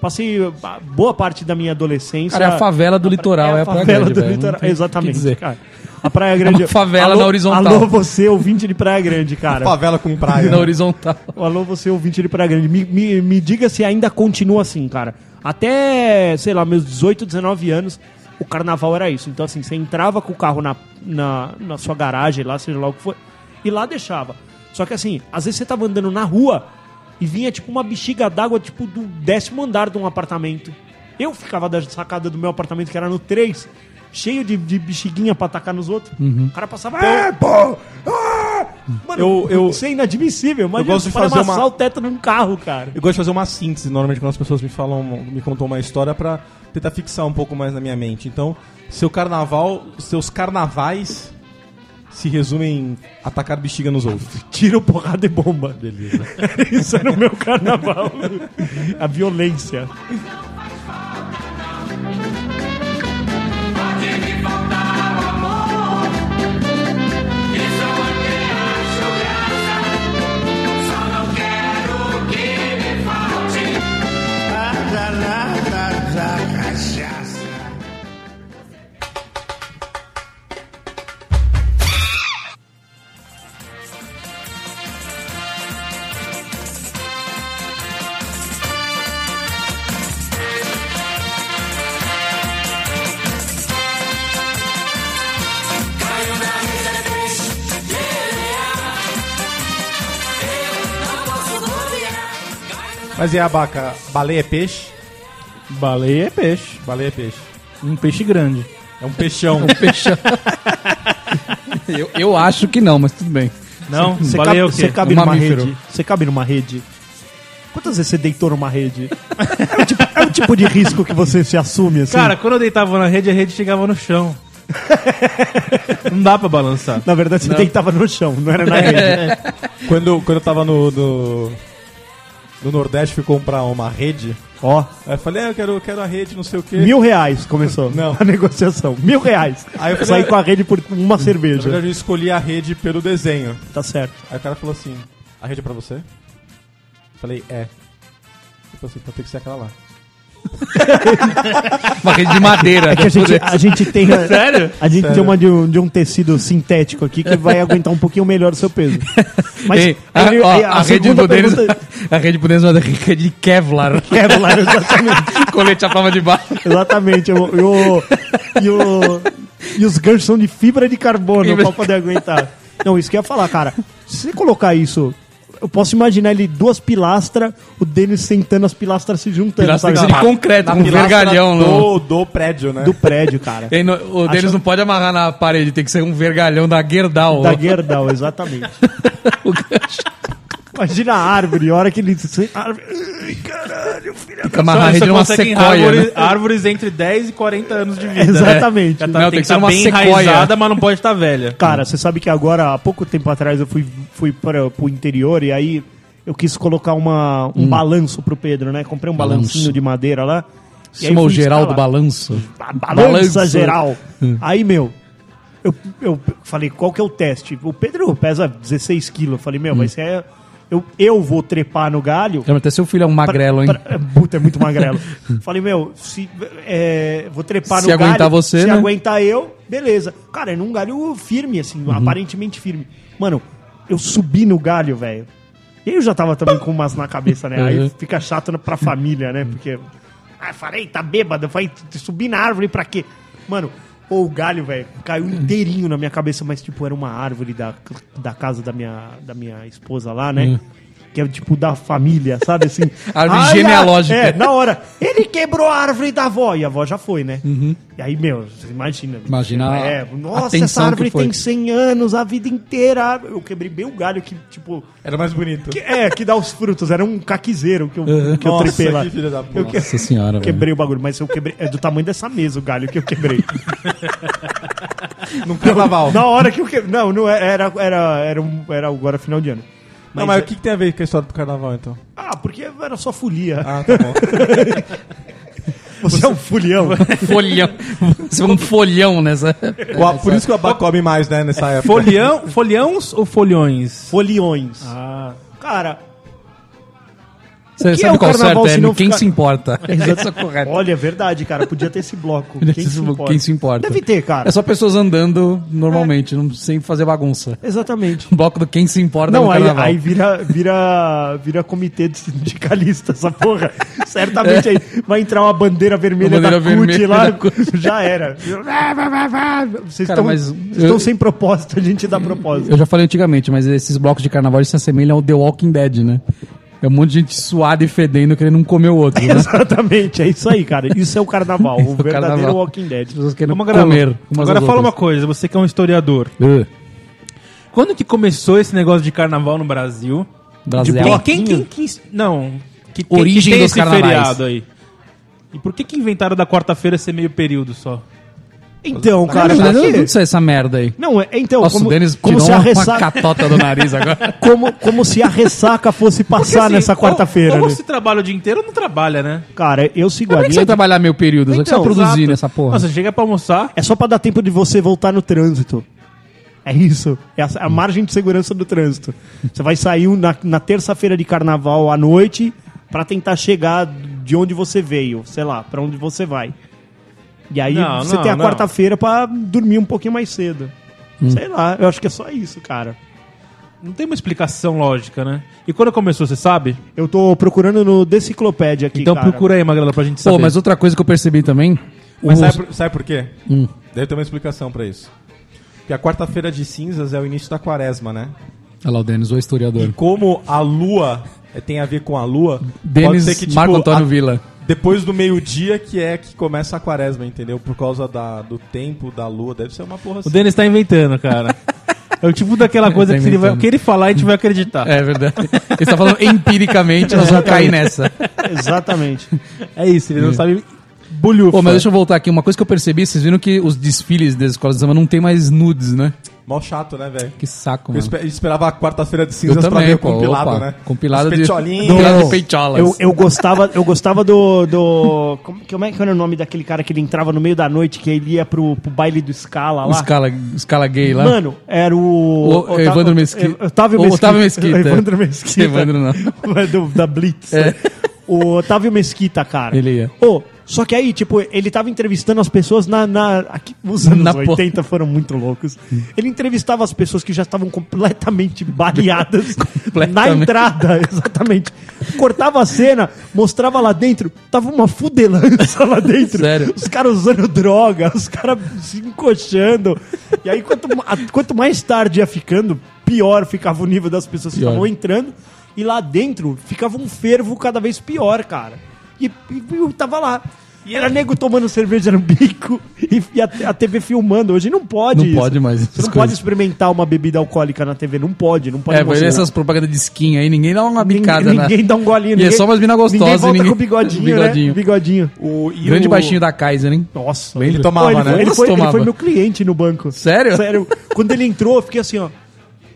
S6: Passei a boa parte da minha adolescência.
S7: Cara, é a favela do litoral, é a Praia Grande, velho, não
S6: litoral.
S7: tem o que
S6: Exatamente.
S7: dizer.
S6: Cara. A Praia Grande.
S7: É uma favela na horizontal.
S6: Alô, você, ouvinte de Praia Grande, cara.
S4: Favela com praia.
S7: Na horizontal.
S6: Um Alô, você ouvinte de Praia Grande. Me, me, me diga se ainda continua assim, cara. Até, sei lá, meus 18, 19 anos, o carnaval era isso. Então, assim, você entrava com o carro na, na, na sua garagem lá, seja lá o que for, e lá deixava. Só que, assim, às vezes você tava andando na rua e vinha, tipo, uma bexiga d'água, tipo, do décimo andar de um apartamento. Eu ficava da sacada do meu apartamento, que era no 3, cheio de, de bexiguinha pra atacar nos outros. O cara passava...
S4: É, Então,
S6: "Ah, pô! Ah!" Mano,
S4: Eu- eu-
S6: isso é inadmissível. Imagina
S4: gosto
S6: você
S4: de
S6: pode
S4: fazer
S6: amassar
S4: uma-
S6: o teto num carro, cara.
S4: Eu gosto de fazer uma síntese, normalmente, quando as pessoas me falam, me contam uma história pra tentar fixar um pouco mais na minha mente. Então, seu carnaval, seus carnavais se resumem em atacar bexiga nos outros.
S6: Tiro, porrada e bomba. Beleza. Isso era o meu carnaval. A violência.
S4: Mas e a abaca? Baleia é peixe?
S5: Baleia é peixe.
S4: Baleia é peixe.
S5: Um peixe grande.
S4: É um peixão.
S7: Fechando. eu, eu acho que não, mas tudo bem.
S5: Não,
S6: Você cabe,
S5: baleia é o quê?
S6: você cabe
S7: Um
S6: numa
S7: mamífero.
S6: rede. Você cabe numa rede. Quantas vezes você deitou numa rede? É o tipo, é o tipo de risco que você se assume, assim.
S5: Cara, quando eu deitava na rede, a rede chegava no chão. Não dá pra balançar.
S6: na verdade, você deitava no chão, não era na rede.
S4: quando, quando eu tava no, no, no Nordeste, fui comprar uma rede.
S6: Ó,
S4: Aí eu falei, ah, eu quero, eu quero a rede, não sei o quê.
S6: mil reais começou
S4: Não.
S6: a negociação. Mil reais.
S4: Aí eu
S6: eu
S4: falei-
S6: saí com a rede por uma
S4: Na verdade,
S6: cerveja.
S4: eu escolhi a rede pelo desenho.
S6: Tá certo.
S4: Aí o cara falou assim, a rede é pra você? Falei, é. Ele falou assim, então tem que ser aquela lá.
S7: Uma rede de madeira.
S6: É
S7: né?
S6: Que a gente, a gente tem. a-
S5: Sério?
S6: A gente tem uma de um, de um tecido sintético aqui que vai aguentar um pouquinho melhor o seu peso.
S7: Ei, a,
S6: aí-
S7: ó,
S6: aí
S7: a rede
S6: segunda
S7: do Denis,
S6: pergunta-
S7: a rede do Denis é uma rede de Kevlar.
S6: Kevlar, exatamente.
S7: Colete à prova de bala.
S6: exatamente. E o- E, o- e o- e os ganchos são de fibra de carbono
S7: Fibra
S6: pra
S7: de
S6: poder aguentar. Não, isso que eu ia falar, cara. Se você colocar isso. Eu posso imaginar ele duas pilastras, o Denis sentando as pilastras se juntando,
S7: Pilastra tem
S6: sabe? Assim,
S7: que ser de concreto, com um
S4: pilastra
S7: vergalhão. não.
S4: do, do prédio, né?
S6: Do prédio, cara.
S7: Ele não- o Denis
S6: Acho-
S7: não pode amarrar na parede, tem que ser um vergalhão da Gerdau.
S6: Da Gerdau, exatamente.
S7: O gancho.
S6: Imagina a árvore, a hora que ele. a árvore- Ai, caralho, filha da
S7: Fica
S5: Ah,
S7: amarrar a rede numa
S5: Então, consegue em
S7: sequoia. né?
S5: árvores, árvores entre 10 e 40 anos de vida. né?
S6: Exatamente.
S5: Já tá-
S7: Não,
S5: tem, que ser uma bem
S7: sequoia.
S5: enraizada, mas não pode estar velha.
S6: Cara, você sabe que agora, há pouco tempo atrás, eu fui, fui para pro interior e aí eu quis colocar uma, um balanço pro Pedro, né? Comprei um
S7: Hum. Balanço.
S6: balancinho de madeira lá. e aí
S7: Chama o
S6: fui
S7: Geraldo
S6: instalar.
S7: Balanço.
S6: Ba- Balança
S7: Balanço. Hum.
S6: geral. Aí, meu, eu, eu falei, qual que é o teste? O Pedro pesa 16 quilos. Eu falei, meu, mas se é, eu, eu vou trepar no galho...
S7: Lembra até seu filho Hum. é um
S6: pra-
S7: magrelo, hein?
S6: pra- puta, é muito magrelo. Falei, meu, se é, vou trepar
S7: Se
S6: no
S7: aguentar
S6: galho,
S7: você,
S6: se
S7: né?
S6: aguentar eu, beleza. Cara, era um galho firme, assim,
S7: Uhum.
S6: aparentemente firme. Mano, eu subi no galho, velho. E aí eu já tava também com umas na cabeça, né? Aí
S7: Uhum.
S6: fica chato pra família, né? Porque. Ah, falei, tá bêbado, vai subir na árvore pra quê? Mano, ô, o galho, velho, caiu inteirinho na minha cabeça, mas tipo, era uma árvore da, da casa da minha, da minha esposa lá, né?
S7: Uhum.
S6: Que é tipo da família, sabe assim?
S7: Árvore
S6: Ai,
S7: genealógica.
S6: É, na hora. Ele quebrou a árvore da avó. E a avó já foi, né? E aí, meu, você imagina.
S7: Uhum. Imagina
S6: É,
S7: a- a
S6: nossa, essa
S7: tensão que
S6: árvore
S7: foi.
S6: tem 100 anos, a vida inteira. Eu quebrei bem o galho que, tipo.
S4: Era mais bonito.
S6: que- é, que dá os frutos. Era um caquizeiro que eu, que eu
S4: Nossa,
S6: tripei lá.
S4: que filha da puta.
S6: Eu que-
S7: Uhum. Nossa senhora, velho.
S6: Quebrei o bagulho, mas eu quebrei. É do tamanho dessa mesa o galho que eu quebrei.
S4: Num carnaval.
S6: Na hora que eu quebrei. Não, não é, era, era, era, um- era agora final de ano.
S4: Não,
S6: é.
S4: mas o que, que tem a ver com a história do carnaval, então?
S7: Ah,
S6: tá Ah, porque era só folia.
S4: Ah, tá bom.
S6: Você é um folião.
S7: Folhão. Você é um folhão nessa.
S4: O a- por isso que o abaco come mais, né, nessa
S6: É
S4: época.
S5: Folhão, folhões ou folhões?
S6: Foliões.
S7: Ah.
S6: Cara,
S7: Você
S6: que é
S7: sabe
S6: o
S7: qual
S6: carnaval
S7: certo é?
S6: se não
S7: Quem
S6: ficar-
S7: se importa. Isso é correto.
S6: olha, é verdade, cara. Podia ter esse bloco.
S7: Quem,
S6: Quem se importa?
S7: se importa?
S6: Deve ter, cara.
S7: É só pessoas andando normalmente, não, sem fazer bagunça.
S6: Exatamente.
S7: O bloco do quem se importa
S6: Não,
S7: no
S6: aí,
S7: carnaval.
S6: aí vira, vira, vira comitê de sindicalista essa porra. Certamente aí vai entrar uma bandeira vermelha
S7: Uma bandeira
S6: da CUT
S7: vermelha
S6: lá.
S7: da CUT.
S6: Já era. Vocês
S7: Cara,
S6: estão
S7: mas
S6: vocês
S7: eu-
S6: estão sem propósito, a gente dá propósito.
S7: Eu já falei antigamente, mas esses blocos de carnaval eles se assemelham ao The Walking Dead, né? É um monte de gente suada e fedendo querendo um comer o outro, né? As
S6: Exatamente, é isso aí, cara. Isso é o carnaval, o
S7: Isso é o
S6: verdadeiro
S7: carnaval.
S6: Walking Dead.
S7: pessoas querendo
S5: Vamos
S7: comer. umas
S5: Agora
S7: às
S5: fala uma
S7: outras.
S5: coisa, você que é um historiador.
S7: Uh,
S5: Quando que começou esse negócio de carnaval no Brasil?
S7: Brasil.
S5: Quem, quem, quem, quem- não. Que, que-
S7: Origem
S5: que tem
S7: dos
S5: esse
S7: carnavais.
S5: feriado aí? E por que que inventaram da quarta-feira ser meio período só?
S6: Então,
S7: Cara,
S6: cara,
S7: eu
S6: pra quê?
S7: não sei essa merda aí.
S6: Não, é, então,
S7: Tá Nossa,
S6: como,
S7: o Denis
S6: como
S7: tirou
S6: se a
S7: uma, uma
S6: ressaca,
S7: catota do nariz agora.
S6: como, como se a ressaca fosse
S5: Porque,
S6: passar
S5: assim,
S6: nessa
S5: ou-
S6: quarta-feira,
S5: Ou
S6: né?
S5: você trabalha o dia inteiro ou não trabalha, né?
S6: Cara, eu sigo
S7: Como
S6: a
S7: é que você
S6: linha.
S7: vai trabalhar meio período? Você
S5: Então,
S7: só produzir
S5: exato.
S7: nessa porra.
S5: Não, você chega pra almoçar,
S6: É só pra dar tempo de você voltar no trânsito. É isso. É a,
S7: Hum.
S6: a margem de segurança do trânsito. Você vai sair na, na terça-feira de carnaval à noite pra tentar chegar de onde você veio, sei lá, pra onde você vai. E aí
S5: Não,
S6: você
S5: não,
S6: tem a
S5: não.
S6: quarta-feira pra dormir um pouquinho mais cedo.
S7: Hum.
S6: Sei lá, eu acho que é só isso, cara.
S5: não tem uma explicação lógica, né? E quando começou, você sabe?
S6: Eu tô procurando no Deciclopédia aqui,
S5: Então
S6: cara.
S5: procura aí, Magrela, pra gente saber.
S7: Pô, mas outra coisa que eu percebi também.
S4: Mas
S7: o-
S4: sabe por, sabe por quê?
S7: Hum.
S4: Deve ter uma explicação pra isso. Porque a quarta-feira de cinzas é o início da quaresma, né?
S7: Olha lá o Denis, o historiador.
S4: E como a lua eh, tem a ver com a lua,
S7: Denis Marco Antônio
S4: tipo, a-
S7: Vila.
S4: Depois do meio-dia que é que começa a quaresma, entendeu? Por causa da, do tempo, da lua, deve ser uma porra
S5: O
S4: assim.
S5: Denis tá inventando, cara. É o tipo daquela coisa
S7: Tá
S5: que se ele vai, o
S7: inventando.
S5: que ele falar, a gente vai acreditar.
S7: É verdade. Ele tá falando empiricamente, nós vamos cair nessa.
S6: Exatamente.
S5: É isso, ele não sabe bolhufa.
S7: Pô, mas deixa eu voltar aqui. Uma coisa que eu percebi, vocês viram que os desfiles das escolas de samba não tem mais nudes, né?
S4: Mal chato, né, velho?
S7: Que saco,
S4: Eu
S7: mano.
S4: espe- esperava a quarta-feira de cinzas pra ver o
S7: pô.
S4: compilado,
S7: Opa,
S4: né?
S7: Compilado
S4: Os
S7: de,
S4: petiolinhos.
S7: compilado de peitolas.
S6: Eu, eu gostava, eu gostava do. do como, como é que era o nome daquele cara que ele entrava no meio da noite, que ele ia pro, pro baile do Scala
S7: O
S6: lá?
S7: escala, escala gay lá.
S6: Mano, era o.
S7: O Evandro Mesqui-
S6: Otávio
S7: o
S6: Mesquita.
S7: Otávio Mesquita.
S6: Evandro Mesquita.
S7: Evandro É. não.
S6: Do- da Blitz. né? O Otávio Mesquita, cara.
S7: Ele ia.
S6: Ô, só que aí, tipo, ele tava entrevistando as pessoas na. na aqui, os anos
S7: Na porra.
S6: 80 foram muito loucos. Ele entrevistava as pessoas que já estavam completamente baleadas na
S7: Completamente.
S6: entrada, exatamente. Cortava a cena, mostrava lá dentro, tava uma fudelança lá dentro.
S7: Sério?
S6: Os caras usando droga, os caras se encoxando. E aí, quanto, ma- quanto mais tarde ia ficando, pior ficava o nível das pessoas que
S7: Pior.
S6: estavam entrando. E lá dentro ficava um fervo cada vez pior, cara. E, e eu tava lá. E
S5: é-
S6: era nego tomando cerveja no bico e, e a, a TV filmando. Hoje não pode
S7: Não pode mais
S6: Você
S7: essas
S6: não pode
S7: coisas.
S6: experimentar uma bebida alcoólica na TV. Não pode, não pode
S7: É, mas
S6: mostrar.
S7: essas propagandas de skin aí, ninguém dá uma
S6: Ninguém-
S7: bicada, né?
S6: Ninguém dá um golinho.
S7: E é
S6: ninguém-
S7: só umas mina gostosa
S6: Ninguém
S7: e
S6: volta
S7: ninguém-
S6: com o bigodinho, né?
S7: Bigodinho.
S6: Bigodinho.
S4: O, e
S7: Grande
S4: o-
S7: baixinho da Kaiser, hein?
S6: Nossa.
S4: Ele
S6: Pô,
S4: tomava,
S6: ele, foi,
S4: né?
S6: ele, foi, ele
S7: Tomava.
S6: foi meu cliente no banco.
S7: Sério?
S6: Sério. Quando ele entrou, eu fiquei assim, ó.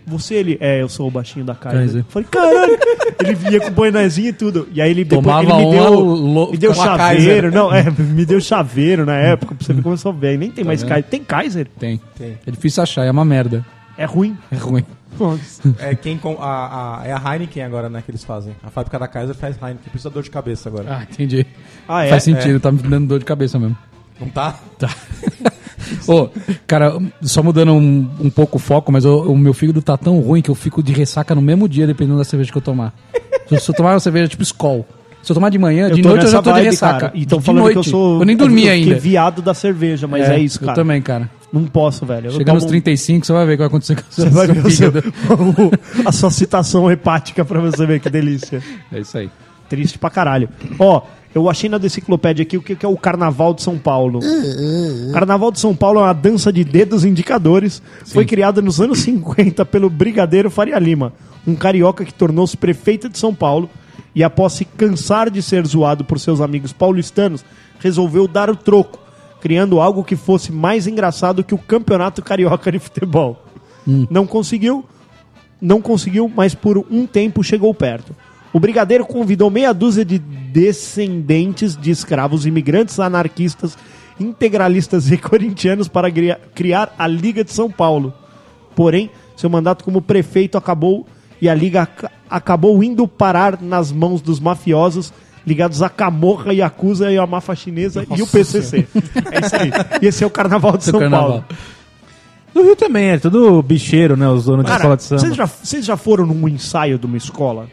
S6: Você, ele... É, eu sou o baixinho da Kaiser.
S7: Kaiser.
S6: Eu Falei, caralho. ele vinha com boinazinho e tudo. E aí ele depois
S7: Tomava
S6: ele me
S7: uma
S6: deu,
S7: lo- Ah,
S6: me deu
S7: com a
S6: chaveiro. Não, é, me deu chaveiro na época. Pra você ver como eu sou bem. Nem tem mais
S7: Tá vendo?
S6: Kaiser. Tem Kaiser?
S7: Tem.
S4: Tem.
S7: É difícil achar, é uma merda.
S6: É ruim.
S7: É ruim.
S6: Nossa.
S4: É, quem com, a, a- é a Heineken agora, né, que eles fazem. A fábrica da Kaiser faz Heineken, precisa dor de cabeça agora.
S7: Ah, entendi.
S6: Ah, é?
S7: Faz sentido, tá me dando dor de cabeça mesmo.
S4: Não tá?
S7: Ô, cara, só mudando um, um pouco o foco, mas o, o meu fígado tá tão ruim que eu fico de ressaca no mesmo dia, dependendo da cerveja que eu tomar. Se eu- se eu tomar uma cerveja tipo Skol, se eu tomar de manhã, de
S6: tô
S7: noite eu já
S6: nessa
S7: tô de
S6: vibe,
S7: ressaca.
S6: cara. E tão
S7: de
S6: falando
S7: noite.
S6: que eu sou...
S7: Eu nem dormi
S6: eu fiquei
S7: ainda.
S6: viado da cerveja, mas é, isso, cara.
S7: Eu também, cara.
S6: Não posso, velho. Eu
S7: Chegando aos
S6: tomo-
S7: 35, você vai ver o que vai acontecer com o
S6: Você
S7: seu,
S6: vai ver o seu,
S7: fígado.
S6: a sua citação hepática pra você ver que delícia.
S7: É isso aí.
S6: Triste pra caralho. Ó, eu achei na deciclopédia aqui o que que é o Carnaval de São Paulo. Carnaval de São Paulo é uma dança de dedos indicadores. Foi criada nos anos 50 pelo Brigadeiro Faria Lima, um carioca que tornou-se prefeito de São Paulo e, após se cansar de ser zoado por seus amigos paulistanos, resolveu dar o troco, criando algo que fosse mais engraçado que o Campeonato Carioca de Futebol. Não conseguiu, não conseguiu, mas por um tempo chegou perto. O brigadeiro convidou meia dúzia de descendentes de escravos, imigrantes anarquistas, integralistas e corintianos para gria- criar a Liga de São Paulo. Porém, seu mandato como prefeito acabou e a Liga ac- acabou indo parar nas mãos dos mafiosos ligados à Camorra, Yakuza e a Mafa Chinesa e o PCC. É isso aí. E esse é o Carnaval de
S7: Seu
S6: São
S7: carnaval.
S6: Paulo.
S5: No Rio também, é tudo bicheiro, né? Os donos de escola
S6: Cara,
S5: de samba.
S6: vocês já, vocês já foram num ensaio de uma escola?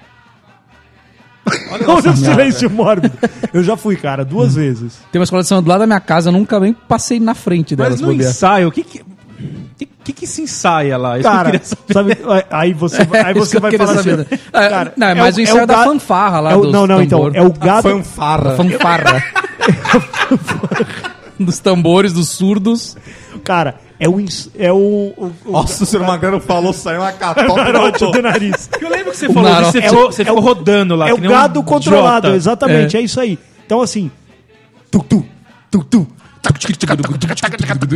S6: Olha o silêncio mórbido. Eu já fui, cara, duas
S7: Hum.
S6: vezes.
S7: Tem uma escola de samba do lado da minha casa, eu nunca nem passei na frente dela.
S5: Mas
S7: se
S5: no
S7: bobear.
S5: ensaio, o que que... O que, que se ensaia lá? Isso que eu
S6: Cara,
S5: queria saber.
S6: sabe, aí você, vai- aí
S7: isso que
S6: você
S7: eu
S6: vai
S7: queria
S6: falar assim,
S7: saber.
S6: ó,
S7: É, não, é mais o ensaio da
S6: ga-
S7: fanfarra lá
S6: é o-
S7: dos
S6: Não, não, então,
S7: tambor.
S6: é o gado...
S7: A
S4: Fanfarra.
S7: fanfarra. dos tambores, dos surdos.
S6: Cara, é o... ens- É o, o, o
S4: Nossa, o senhor Magrano falou, saiu uma catota.
S6: garoto do
S4: voltou.
S6: nariz.
S5: Eu lembro que você
S7: O
S5: falou
S7: Naro-
S5: disso, você,
S7: é
S5: ficou,
S6: o-
S5: você
S6: é
S5: ficou
S6: o-
S5: rodando lá.
S6: É o
S5: que nem um
S6: gado controlado,
S5: idiota.
S6: exatamente,
S7: É.
S6: é. isso aí. Então, assim,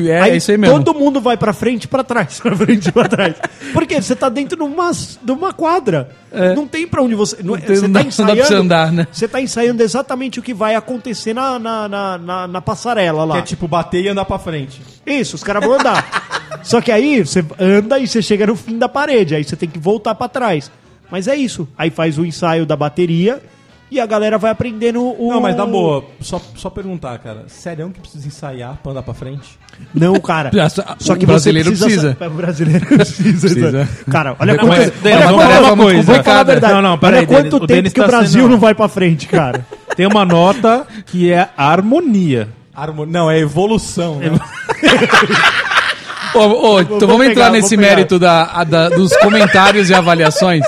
S7: É,
S6: aí
S7: isso aí mesmo.
S6: todo mundo vai pra frente e pra trás, pra frente e pra trás. Porque você tá dentro de uma, de uma quadra. Não tem pra onde você... Não,
S7: tem-
S6: você
S7: É. não
S6: tá
S7: dá- não dá pra
S6: ensaiando...
S7: você andar, né?
S6: Você tá ensaiando exatamente o que vai acontecer na, na, na, na- na passarela
S4: Que
S6: lá.
S4: é tipo bater e andar pra frente.
S6: Isso, os caras vão andar. Só que aí você anda e você chega no fim da parede, aí você tem que voltar pra trás. Mas é isso. Aí faz o ensaio da bateria e a galera vai aprendendo o.
S4: Não, mas na boa, só, só perguntar, cara. Sério que precisa ensaiar pra andar pra frente?
S6: Não, cara.
S7: Ah, só-
S6: Só que
S7: o brasileiro
S6: você precisa. sa- O brasileiro precisa.
S7: Precisa.
S6: Cara, olha quanto.
S5: Mas,
S6: olha
S5: Denis, vamos
S6: quanto-
S5: falar uma
S6: vamos
S5: coisa.
S6: falar a verdade.
S5: Não, não, peraí,
S6: olha quanto
S5: Denis, o
S6: tempo
S5: Denis
S6: que o
S5: tá
S6: Brasil
S5: sendo-
S6: não vai pra frente, cara.
S5: Tem uma nota que é a harmonia.
S4: Harmo- Não, é evolução, né?
S7: Ô, ô, então vamos
S6: pegar,
S7: entrar
S6: vou
S7: nesse
S6: pegar.
S7: mérito da, a- da- dos comentários e avaliações.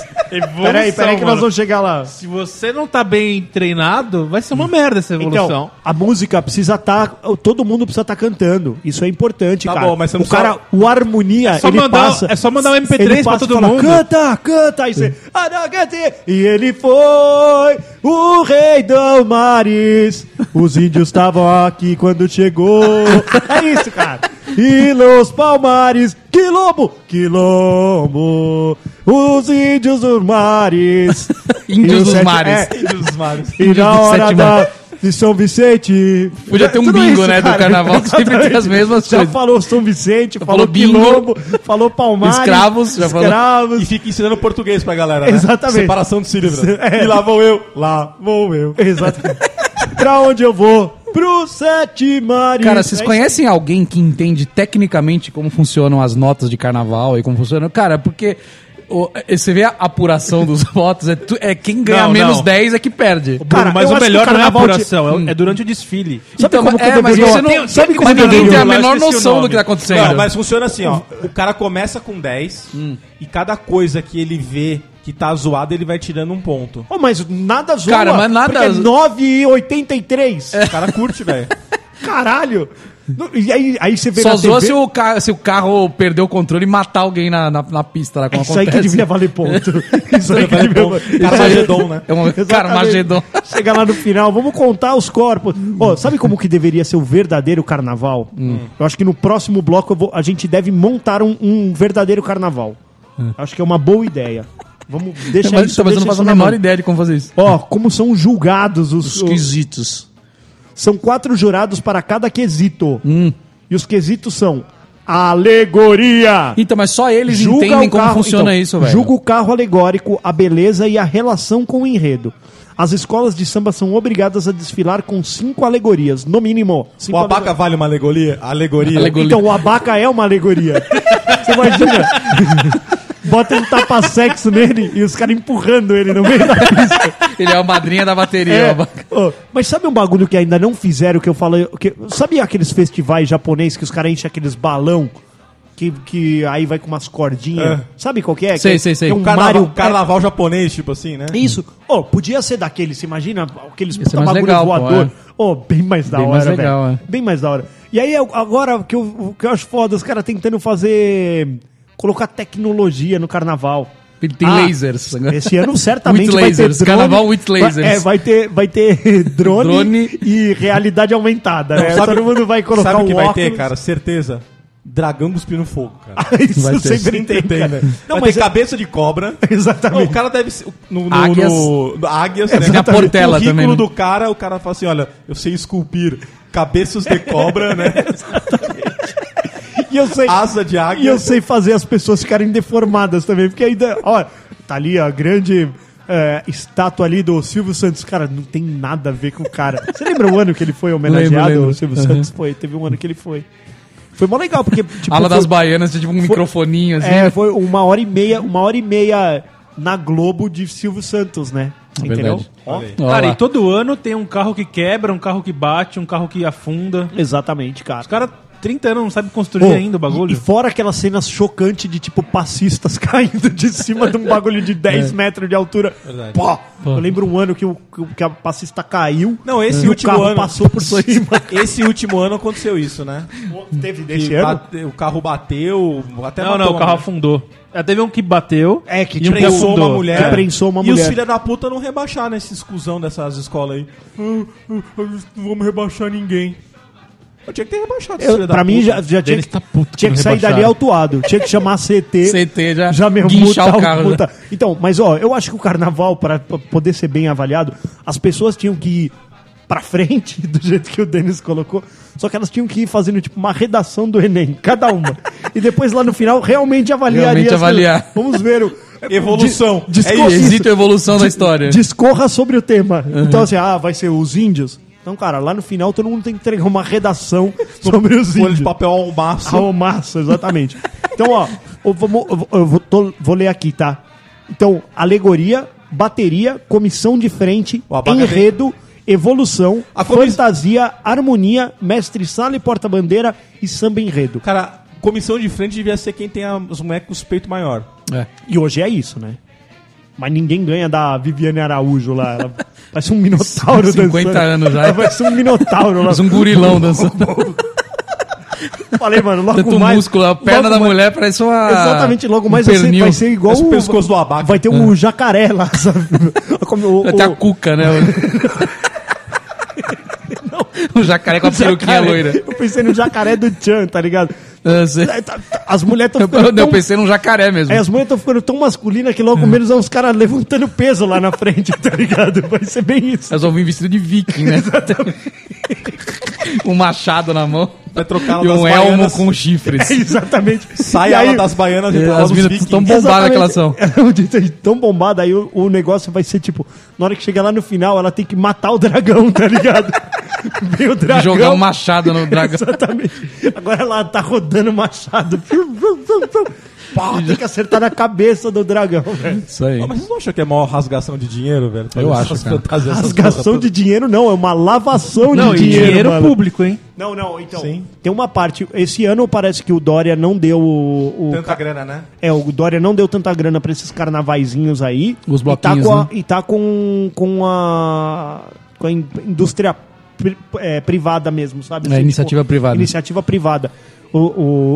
S6: Peraí, peraí, que nós
S5: mano.
S6: vamos chegar lá.
S5: Se você não tá bem treinado, vai ser uma merda essa evolução.
S6: Então, a música precisa estar. todo mundo precisa estar cantando. Isso é importante,
S4: Tá
S6: cara.
S4: bom, mas você
S6: o
S4: não precisa-
S6: cara, o harmonia.
S5: É só
S6: ele
S5: mandar-
S6: passa,
S5: é só mandar um MP3
S6: ele
S5: pra
S6: passa e
S5: todo mundo.
S6: Canta, Ah, canta. Aí Ah, você. "Aragati", E ele foi o rei do mares. Os índios estavam aqui quando chegou. É isso, cara. E los palmares, quilombo, quilombo. Os índios dos mares.
S7: Índios
S6: E os
S7: dos
S6: sete-
S7: mares.
S6: é,
S4: Dos mares.
S6: e
S7: Índios
S6: na
S7: dos
S6: hora
S7: sete
S6: da, de São Vicente. é,
S7: Podia ter um
S6: Tudo
S7: bingo,
S6: isso,
S7: né, do
S6: cara.
S7: carnaval. Sempre tem as mesmas
S6: Já
S7: coisas.
S6: falou São Vicente, falou,
S7: falou bingo.
S6: Quilombo, falou Palmares.
S7: Escravos, já falou.
S6: escravos.
S4: E fica ensinando português pra galera, né?
S6: Exatamente.
S4: Separação de sílabas.
S6: É.
S4: E lá vou eu, lá vou eu.
S6: Exatamente. pra onde eu vou? Pro Sete Mares.
S7: Cara, vocês
S6: É
S7: conhecem alguém que entende tecnicamente como funcionam as notas de carnaval e como funcionam? Cara, porque o- eh, você vê a apuração dos votos, é, tu- é quem ganha
S5: Não,
S7: menos
S5: não.
S7: 10 é que perde.
S5: Bruno,
S6: cara,
S5: mas
S6: eu
S5: o
S6: acho que
S5: melhor
S6: o
S5: não é a
S6: carnaval te-
S5: apuração, é o- é, durante o desfile.
S6: Sabe como que eu
S7: é, mas
S6: deveria-
S7: você não,
S5: Tem-
S7: sabe
S5: sabe
S7: como
S5: como
S7: mas
S5: que eu
S6: é
S7: ninguém tem
S5: deveria-
S7: a
S5: eu
S7: menor
S5: esqueci o
S7: noção do
S5: nome.
S7: que tá acontecendo.
S4: Não, mas funciona assim, ó. O cara começa com 10 e cada coisa que ele vê que tá zoada, ele vai tirando um ponto.
S6: Oh, mas nada zoa.
S7: Cara, mas nada- É.
S6: Porque é 9,83.
S4: O cara curte, velho.
S6: Caralho. No- E aí, aí você vê
S7: Só
S6: na
S7: zoa
S6: TV,
S7: se o, ca- se o carro perder o controle e matar alguém na, na, na pista lá, como
S6: É Isso aí que
S7: acontece.
S6: devia valer ponto. Isso aí que
S4: Vale
S6: devia
S4: ponto.
S6: valer
S4: Carmagedon, né?
S7: É um cara Magedon.
S6: Chega lá no final, vamos contar os corpos. Ó, sabe como que deveria ser o verdadeiro carnaval?
S7: Hum.
S6: Eu acho que no próximo bloco eu vou- a gente deve montar um, um verdadeiro carnaval. Acho que é uma boa ideia. Vamos deixar
S7: Mas,
S6: isso.
S7: então, mas
S6: deixa
S7: eu não faço
S6: isso
S7: a
S6: na
S7: menor
S6: mão.
S7: ideia de como fazer isso.
S6: Ó, como são julgados os, os-
S7: Esquisitos.
S6: São quatro jurados para cada quesito.
S5: Hum.
S6: E os quesitos são alegoria.
S7: Então, mas só eles
S6: Julga
S7: entendem
S6: o
S7: como
S6: carro-
S7: funciona
S6: então,
S7: isso, velho.
S6: Julga o carro alegórico, a beleza e a relação com o enredo. As escolas de samba são obrigadas a desfilar com cinco alegorias, no mínimo.
S4: O
S6: Cinco
S4: abaca vale uma alegoria? Alegoria.
S7: Alegor-
S6: Então, o abaca é uma alegoria. Você imagina? Bota um tapa-sexo nele e os caras empurrando ele no meio da pista.
S7: Ele é a madrinha da bateria.
S6: É.
S7: ó.
S6: Ô, mas sabe um bagulho que ainda não fizeram que eu falei? Que, sabe aqueles festivais japoneses que os caras enchem aqueles balão que, que aí vai com umas
S4: É.
S6: cordinhas? Sabe qual que é?
S7: Sei,
S6: Que é-
S7: sei, sei.
S6: que É um
S4: O carnaval,
S6: Mario
S4: carnaval japonês, tipo assim, né?
S6: É Isso. Ô, podia ser daqueles, você imagina aqueles
S7: ser mais
S6: bagulho
S7: legal, pô,
S6: voador.
S7: é.
S6: Ô, bem mais da
S7: Bem
S6: hora,
S7: mais legal,
S6: velho.
S7: é.
S6: Bem mais da hora. E aí, eu- agora, o que eu, o que eu acho foda, os caras tentando fazer... Colocar tecnologia no carnaval.
S7: Ele tem lasers.
S6: Ah, Esse ano certamente
S7: With
S6: vai
S7: lasers.
S6: ter drone,
S7: Carnaval with
S6: vai-
S7: lasers.
S6: É, vai ter, vai ter drone,
S7: Drone.
S6: e realidade aumentada, né?
S4: É, Sabe-
S6: Todo mundo vai colocar
S4: Sabe o que
S6: um
S4: vai
S6: óculos.
S4: ter, cara? Certeza. dragão cuspindo fogo, cara.
S6: Isso
S7: Vai ter,
S6: sempre tem, cara.
S4: Não,
S6: Não,
S4: mas
S6: mas é-
S4: cabeça de cobra. Não, o
S6: Exatamente.
S4: cara deve ser. No, no,
S7: Águias.
S4: no- no- águias, né?
S7: É, na portela
S4: o currículo
S7: também, né?
S4: do cara, o cara fala assim: olha, eu sei esculpir cabeças de cobra, né?
S6: E eu sei,
S4: Asa de
S6: e
S4: águia.
S6: eu sei fazer as pessoas ficarem deformadas também, porque ainda, ó, tá ali a grande é, estátua ali do Silvio Santos. Cara, não tem nada a ver com o cara. Você lembra o ano que ele foi homenageado?
S7: Lembro, lembro.
S6: O Silvio
S7: Uhum.
S6: Santos foi, teve um ano que ele foi. Foi mó legal, porque, tipo,
S7: Ala das
S6: foi-
S7: baianas, tinha tipo um microfoninho assim.
S6: É, foi uma hora e meia, uma hora e meia na Globo de Silvio Santos, né? Entendeu?
S7: É Verdade.
S6: Ó,
S7: Ó
S5: Cara,
S7: lá.
S6: então
S5: e todo ano tem um carro que quebra, um carro que bate, um carro que afunda.
S6: Exatamente, cara.
S5: Os caras, 30 anos, não sabem construir
S6: Pô,
S5: ainda o bagulho.
S6: E, e fora aquelas cenas chocantes de tipo passistas caindo de cima de um bagulho de
S7: É.
S6: 10 metros de altura. Pô, Eu lembro um ano que, o, que o- que a passista caiu.
S4: Não, esse
S6: e
S4: último
S6: o carro
S4: ano-
S6: passou por cima.
S4: Esse último ano aconteceu isso, né?
S6: Teve
S4: Que bate- o carro bateu, até
S5: não,
S4: matou
S5: não, o
S4: uma
S5: carro
S4: mulher.
S5: afundou. É, teve um que bateu.
S6: É, que
S5: e um que
S6: prensou
S4: prensou
S5: afundou.
S4: uma mulher.
S6: Que prensou uma
S4: e
S6: mulher.
S4: os filha da puta não rebaixaram esse exclusão dessas escolas aí. Ah, ah, ah, Não vamos rebaixar ninguém. Eu tinha que ter rebaixado esse
S6: Eu, pra mim já, já tinha,
S5: Deles
S6: que,
S5: tá puto
S6: tinha
S5: que
S6: que
S5: não
S6: sair dali
S5: rebaixaram.
S6: autuado. Tinha que chamar a CT.
S7: CT já
S6: já mesmo
S7: guinchar
S6: multar
S7: o carro,
S6: multar.
S7: né?
S6: Então, mas ó, eu acho que o carnaval, pra pra poder ser bem avaliado, as pessoas tinham que ir pra frente, do jeito que o Denis colocou, só que elas tinham que ir fazendo tipo uma redação do Enem, cada uma. e depois lá no final, realmente avaliaria.
S7: Realmente
S6: as-
S7: avaliar.
S6: Vamos ver o...
S4: Evolução.
S6: Di-
S4: É
S6: discurso-
S7: Existe a evolução da história.
S6: discorra sobre o tema. Então, assim, ah, vai ser os índios. Então, cara, lá no final todo mundo tem que entregar uma redação sobre os
S4: Folha
S6: índios.
S4: de papel ao maço.
S6: Raul Massa, exatamente. então, ó, eu, vou, eu vou- eu vou- tô- vou ler aqui, tá? Então, alegoria, bateria, comissão de frente,
S4: O abacaxi-
S6: enredo, evolução,
S4: A comi-
S6: fantasia, harmonia, mestre sala e porta-bandeira e samba enredo.
S4: Cara, comissão de frente devia ser quem tem a- os moleques com os peitos maior.
S7: É.
S6: E hoje é isso, né? Mas ninguém ganha da Viviane Araújo lá. Ela parece um minotauro
S7: 50
S6: dançando.
S7: anos já.
S6: Ela parece um minotauro lá.
S7: Mas um gurilão dançando.
S6: Falei, mano, logo
S7: Tanto
S6: mais...
S7: músculo, a perna
S6: logo
S7: da
S6: mais-
S7: mulher parece uma.
S6: Exatamente, logo mais
S7: um
S6: vai ser,
S7: pernil.
S6: vai ser igual
S4: Parece o pescoço do abaca.
S6: Vai ter um
S5: Ah.
S6: jacaré lá, sabe? Como o-
S7: Vai ter a
S6: o-
S7: cuca, né? o Um jacaré com a peruquinha
S6: Um jacaré.
S7: loira.
S6: Eu pensei no jacaré do Chan, tá ligado?
S7: Eu sei.
S6: Tá- tá- tá- As mulheres estão
S7: Eu,
S6: ficando
S7: eu
S6: tão...
S7: pensei num jacaré mesmo.
S6: É, as mulheres estão ficando tão masculinas que logo menos é uns caras levantando peso lá na frente, tá ligado? Vai ser bem isso.
S7: Elas vão vir vestido de viking, né? um machado na mão.
S4: Vai trocar
S7: E
S4: ela
S7: um
S4: das
S7: elmo
S4: baianas.
S7: com chifres.
S6: É, exatamente.
S4: Sai
S6: E
S4: ela
S6: aí-
S4: das baianas e
S7: É,
S4: pra lá
S7: as
S4: dos
S7: minas
S4: vikings.
S7: tão bom- bombada que elas são.
S6: Exatamente. Ela é tão bombada, aí o, o negócio vai ser tipo, na hora que chegar lá no final, ela tem que matar o dragão, tá ligado? Vem o dragão.
S7: Jogar um machado no dragão.
S6: Exatamente. Agora ela tá rodando o machado. Pá, tem que acertar na cabeça do dragão, velho.
S7: Isso aí.
S4: Ah, Mas vocês não acham que é maior rasgação de dinheiro, velho?
S7: Eu acho, cara.
S4: fantasias, essas
S6: Rasgação
S4: porra
S6: de dinheiro não, é uma lavação
S5: Não,
S6: de
S5: e
S6: dinheiro.
S5: dinheiro,
S6: mano.
S5: público, hein?
S6: Não, não, então.
S4: Sim.
S6: Tem uma parte. Esse ano parece que o Dória não deu o. o-
S4: toda. Tanta grana, né?
S6: É, o Dória não deu tanta grana pra esses carnavaizinhos aí.
S7: Os
S6: E
S7: bloquinhos,
S6: tá com, a,
S7: né?
S6: e tá com, com a. com a in- indústria pri- é, privada mesmo, sabe? Assim, tipo,
S7: É, iniciativa privada.
S6: Iniciativa privada. O,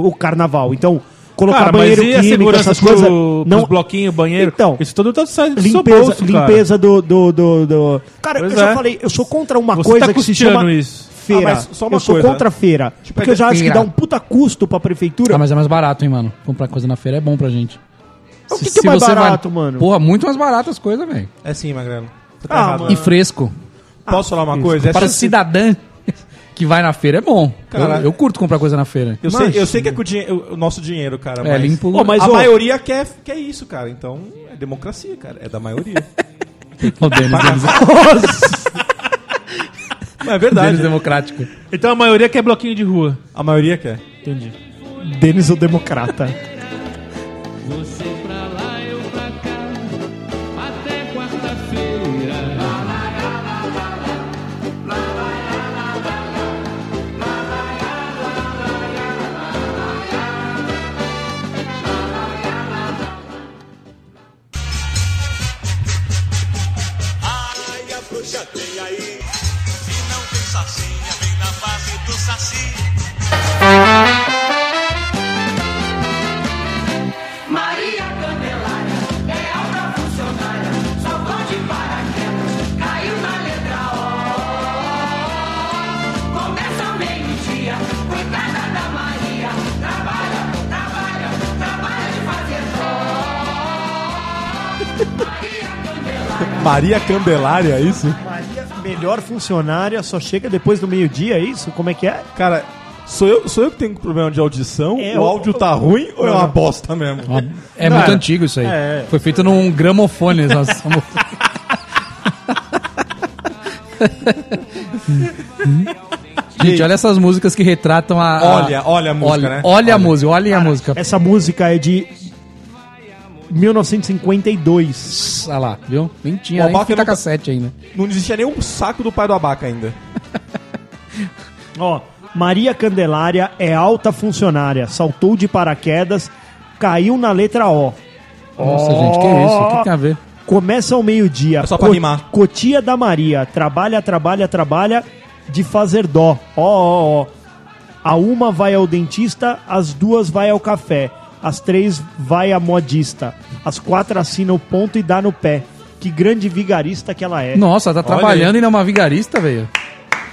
S6: o, o carnaval. Então, colocar
S5: Cara, mas
S6: banheiro
S5: e a
S6: químico,
S5: segurança
S6: essas
S5: pro,
S6: coisas.
S5: pros bloquinhos, banheiro?
S6: Então,
S5: Isso tudo tá saindo do seu
S6: limpeza,
S5: bolso, cara.
S6: limpeza do, do, do, do- Cara,
S5: Pois
S6: eu já
S5: é.
S6: falei, eu sou contra uma
S5: Você
S6: coisa
S5: tá
S6: que se
S5: custeando
S6: chama
S5: isso.
S6: feira.
S4: Ah, mas só uma
S6: eu sou
S4: coisa. Tipo,
S6: contra a feira. Porque eu já acho que
S7: feira.
S6: dá um puta custo pra prefeitura.
S7: Ah, mas é mais barato, hein, mano? Comprar coisa na feira é bom pra gente.
S6: O que que é mais
S7: você
S6: barato, mano?
S7: Porra, muito mais barato as coisas, velho.
S4: É sim, Magrelo. Você
S6: Ah,
S4: errado,
S6: mano.
S7: E
S4: né?
S7: fresco.
S4: Posso falar uma coisa?
S7: Para o
S4: Essa-
S7: cidadã que vai na feira é bom. Eu,
S4: Cara-
S7: eu curto comprar coisa na feira.
S4: Eu,
S6: Mas-
S4: sei, eu sei que é com o, dinhe- o- o nosso dinheiro, cara.
S7: É, limpo.
S6: Ó, mas-
S4: a
S6: ô-
S4: maioria quer, quer isso, cara. Então, é democracia, cara. É da maioria.
S7: O Denis, Denis,
S4: Mas é verdade.
S7: Denis democrático.
S5: Então a maioria quer bloquinho de rua.
S4: A maioria quer.
S5: Entendi.
S6: Denis o Democrata.
S8: Ai, a bruxa tem aí. Se não tem sacinha, vem na base do saci.
S9: Maria Canela.
S4: Maria Candelária, é isso?
S6: Maria, melhor funcionária, só chega depois do meio-dia, é isso? Como é que é?
S4: Cara, sou eu, sou eu que tenho um problema de audição?
S6: É,
S4: o
S6: eu-
S4: áudio tá ruim ou é uma bosta mesmo?
S7: É
S6: Não,
S7: muito
S6: é.
S7: antigo isso aí.
S6: É, é.
S7: Foi feito num gramofone. nós- Gente, olha essas músicas que retratam
S6: Ah,
S7: a. a-
S4: Olha, olha a música,
S7: olha,
S4: né?
S7: Olha, a música, olha a música.
S6: Essa música é de 1952.
S7: Olha lá, viu? Nem tinha
S4: O
S7: nem
S4: Abaca
S7: fita
S4: nunca-
S7: cassete ainda.
S4: Não existia nem um saco do pai do abaca ainda.
S6: Ó, Maria Candelária é alta funcionária, saltou de paraquedas, caiu na letra O.
S7: Nossa, gente, que isso? O que tem a ver?
S6: Começa ao meio-dia.
S4: É só pra rimar.
S6: Cotia da Maria. Trabalha, trabalha, trabalha de fazer dó. Ó, ó, ó. A uma vai ao dentista, às duas vai ao café, às três vai à modista, às quatro assina o ponto e dá no pé. Que grande vigarista que ela é.
S7: Nossa, tá
S4: aí.
S7: trabalhando e ainda é uma vigarista, velho.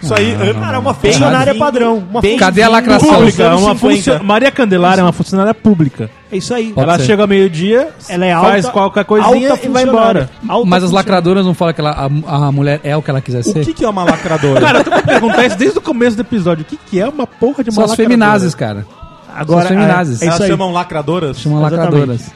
S4: Isso aí,
S6: Cara, é uma funcionária padrão. Uma
S4: bem-
S6: funcionária-
S7: Cadê a lacração?
S4: Pública.
S5: Pública,
S4: anos
S5: É uma
S4: 50.
S5: funcio- Maria Candelária é uma funcionária pública.
S6: É isso aí.
S7: Pode
S5: ela
S7: ser.
S5: chega ao meio-dia,
S6: Ela é alta,
S5: faz qualquer coisinha
S6: alta
S5: e vai
S6: funcionária.
S5: embora.
S6: Alta
S7: Mas as
S6: funcionária.
S7: lacradoras não falam que ela, a, a mulher é o que ela quiser
S4: O
S7: ser?
S4: que, que é uma lacradora?
S5: Cara, eu tô pra perguntar isso desde o começo do episódio. O que, que é uma porra de uma
S7: São as
S5: lacradora?
S7: feminazes, cara.
S6: Agora,
S7: São feminazes.
S6: é, é
S4: Elas
S6: isso aí.
S4: chamam lacradoras?
S7: Chamam
S6: Exatamente.
S7: lacradoras.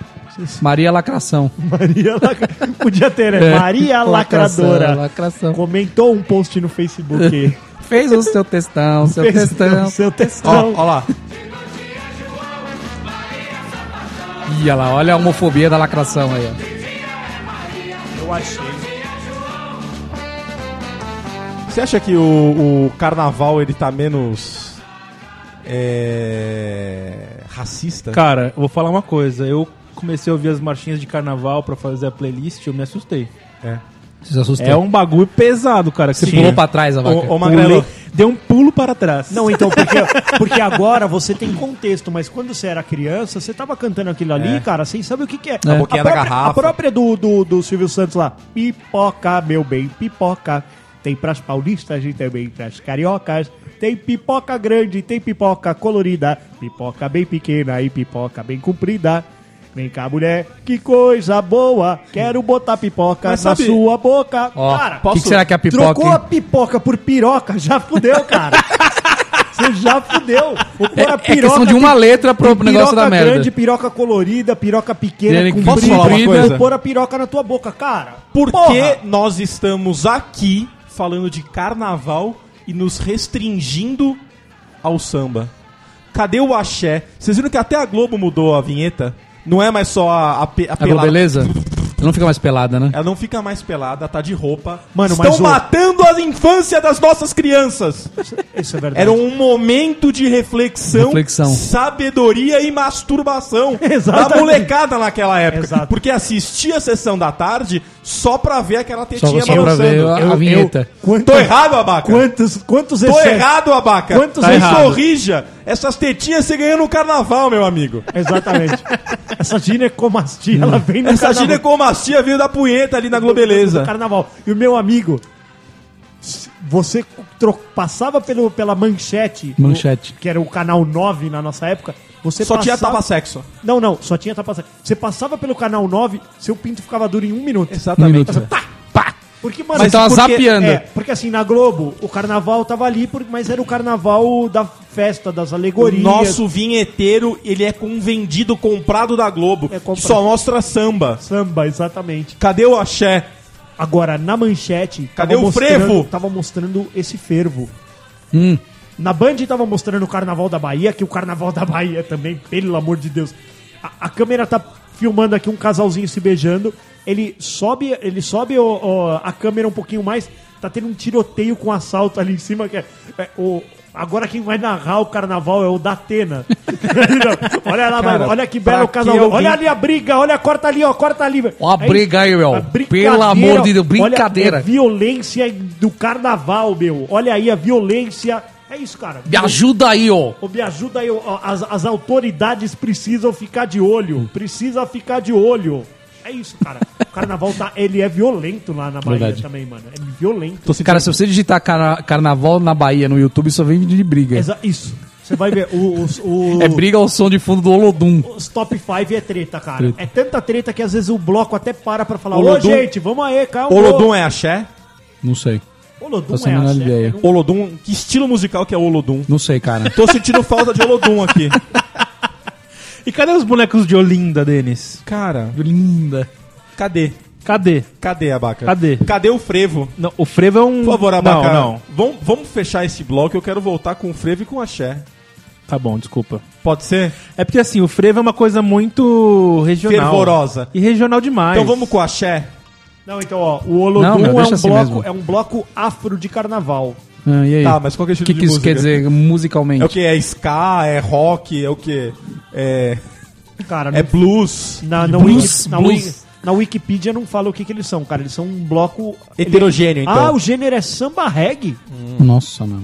S7: Maria Lacração.
S6: Maria Lacra... Podia ter, né?
S7: É.
S6: Maria
S7: Lacração,
S6: Lacradora.
S7: lacração.
S6: Comentou um post no Facebook.
S7: Fez o seu textão, seu
S6: Fez
S7: textão.
S6: o Seu
S4: Ó,
S6: textão.
S4: ó lá.
S7: Ih, olha lá, olha a homofobia da lacração aí, ó.
S6: Eu achei.
S4: Você acha que o, o carnaval ele tá menos. É. racista?
S5: Cara, eu vou falar uma coisa. Eu comecei a ouvir as marchinhas de carnaval pra fazer a playlist eu me assustei.
S7: Você se assustou.
S5: É um bagulho pesado, cara. que
S7: Você
S5: você
S7: pulou pra trás a vaca.
S4: Ô, ô,
S5: Pulei,
S4: Magrelo,
S5: deu um pulo para trás.
S6: Não, então, porque, porque agora você tem contexto, mas quando você era criança, você tava cantando aquilo ali, cara, sem saber o que, que é.
S7: A
S4: boquinha da
S6: própria,
S4: garrafa.
S6: A própria do, do, do Silvio Santos lá. Pipoca, meu bem, pipoca. Tem pras paulistas e também pras cariocas. Tem pipoca grande, tem pipoca colorida. Pipoca bem pequena e pipoca bem comprida. Vem cá, mulher, que coisa boa. Quero botar pipoca
S4: Mas
S6: na
S4: sabe-
S6: sua boca.
S7: Ó,
S6: cara,
S7: que que será que é a pipoca,
S6: Trocou
S7: hein?
S6: a pipoca por piroca, já fudeu, cara. Você já fudeu. O
S7: É,
S6: cara
S7: é questão de uma letra pro
S6: piroca
S7: negócio da merda. Tá
S6: grande, piroca colorida, piroca pequena,
S7: Ele-
S6: com
S4: Posso falar uma coisa?
S6: pôr a piroca na tua boca, cara.
S4: por
S6: Porra.
S4: que nós estamos aqui falando de carnaval e nos restringindo ao samba? Cadê o axé? Vocês viram que até a Globo mudou a vinheta? Não é mais só a, a, pe- a
S7: A Globo, é
S4: pelada.
S7: beleza? Ela não fica mais pelada, né?
S4: Ela não fica mais pelada, tá de roupa.
S6: Mano,
S4: Estão
S6: mas o-
S4: matando a infância das nossas crianças.
S6: Isso é verdade.
S4: Era um momento de reflexão,
S7: Reflexão.
S4: sabedoria e masturbação da
S6: Exatamente.
S4: molecada naquela época.
S6: Exato.
S4: Porque assistia a sessão da tarde só pra ver aquela
S7: Só,
S4: tetinha
S7: só pra ver a,
S4: balançando.
S7: a
S6: Eu- eu-
S7: vinheta.
S6: Quanto-
S4: Tô errado, Abaca?
S6: Quantos, quantos
S4: Tô
S6: excessos-
S4: errado, Abaca?
S6: Quantos
S4: Você
S6: errado?
S4: sorrija. Essas tetinhas você ganha no carnaval, meu amigo.
S6: Exatamente. Essa
S7: Hum.
S6: ginecomastia, ela vem no
S4: Essa
S6: carnaval.
S4: ginecomastia veio da punheta ali na Globeleza.
S6: do carnaval. E o meu amigo, você tro- passava pelo, pela manchete.
S7: Manchete.
S6: o- que era o canal 9 na nossa época. Você
S4: Só tinha
S6: passava-
S4: tapa sexo.
S6: Não, não, só tinha tapa seca. Você passava pelo canal 9, seu pinto ficava duro em um minuto. tá,
S7: Um
S4: Exatamente.
S7: minuto.
S6: Porque, mano,
S7: Mas tava
S6: porque,
S7: zapeando.
S6: é, porque assim, na Globo, o carnaval tava ali, por- mas era o carnaval da festa, das
S4: O
S6: alegorias.
S4: nosso vinheteiro, ele é com vendido, comprado da Globo.
S6: É comprado.
S4: Só mostra samba.
S6: Samba, exatamente.
S4: Cadê o axé?
S6: Agora, na manchete.
S4: Cadê
S6: tava
S4: o
S6: mostrando-
S4: frevo?
S6: Tava mostrando esse fervo.
S4: Hum.
S6: Na Band tava mostrando o Carnaval da Bahia, que o Carnaval da Bahia também, pelo amor de Deus. A, a câmera tá filmando aqui um casalzinho se beijando. Ele sobe, ele sobe ó, ó, a câmera um pouquinho mais. Tá tendo um tiroteio com assalto ali em cima. Que é, é, o, agora quem vai narrar o carnaval é o Datena. olha lá,
S4: Cara,
S6: mano, olha que
S4: pra
S6: belo
S4: que
S6: casal.
S4: alguém-
S6: Olha ali a briga, olha, corta ali, ó, corta ali. velho.
S7: Ó a
S6: É
S7: briga aí, meu.
S6: a brincadeira,
S7: Pelo amor de Deus,
S6: olha,
S7: brincadeira.
S6: é violência do carnaval, meu. Olha aí a violência. É isso, cara.
S7: Me ajuda aí, ó.
S6: Ô, me ajuda aí, ó. as, as autoridades precisam ficar de olho. Precisa ficar de olho. É isso, cara. O carnaval tá, ele é violento lá na Bahia
S7: Verdade.
S6: também, mano. É violento.
S7: Cara, se você digitar carna- carnaval na Bahia no YouTube, só vem vídeo de briga.
S6: Exa- isso. Você vai ver, o- os, o-
S7: É briga ao som de fundo do Olodum.
S6: os top 5 é treta, cara.
S7: Treta.
S6: É tanta treta que às vezes o bloco até para pra falar, ô
S4: Olodum-
S6: gente, vamos aí, calma.
S4: Olodum é axé?
S7: Não sei.
S6: Olodum
S7: Faço a
S6: é
S7: menor
S6: axé,
S7: ideia.
S6: não-
S4: Olodum, que estilo musical que é Olodum?
S7: Não sei, cara.
S4: Tô sentindo falta de Olodum aqui.
S5: E cadê os bonecos de Olinda, Denis?
S4: Cara,
S7: Linda.
S4: cadê?
S5: Cadê?
S4: Cadê, Abaca?
S5: Cadê?
S4: Cadê o frevo?
S5: Não, o frevo é um.
S4: Por favor, Abaca.
S5: Não, não.
S4: Vamos, vamos fechar esse bloco, eu quero voltar com o frevo e com o axé.
S5: Tá bom, desculpa.
S4: Pode ser?
S5: É porque assim, o frevo é uma coisa muito regional.
S4: Fervorosa.
S5: E regional demais.
S4: Então vamos com o axé?
S6: Não, então, ó, o Olodum
S7: Não, meu,
S6: é, um
S7: deixa assim mesmo.
S6: bloco, é um bloco afro de carnaval.
S7: Ah, e aí?
S4: Tá, mas qual que é o
S7: O
S4: estilo
S7: que,
S4: de
S7: que isso
S4: música?
S7: quer dizer musicalmente?
S4: É o que? É ska? É rock? É o que? É,
S6: Cara,
S4: é blues?
S6: na, na,
S7: Blues,
S6: Wiki- na
S7: blues.
S6: Wiki- na Wikipedia não fala o que, que eles são, cara. Eles são um bloco...
S4: Heterogêneo, então.
S6: Ah, o gênero é samba reggae.
S7: Nossa, não.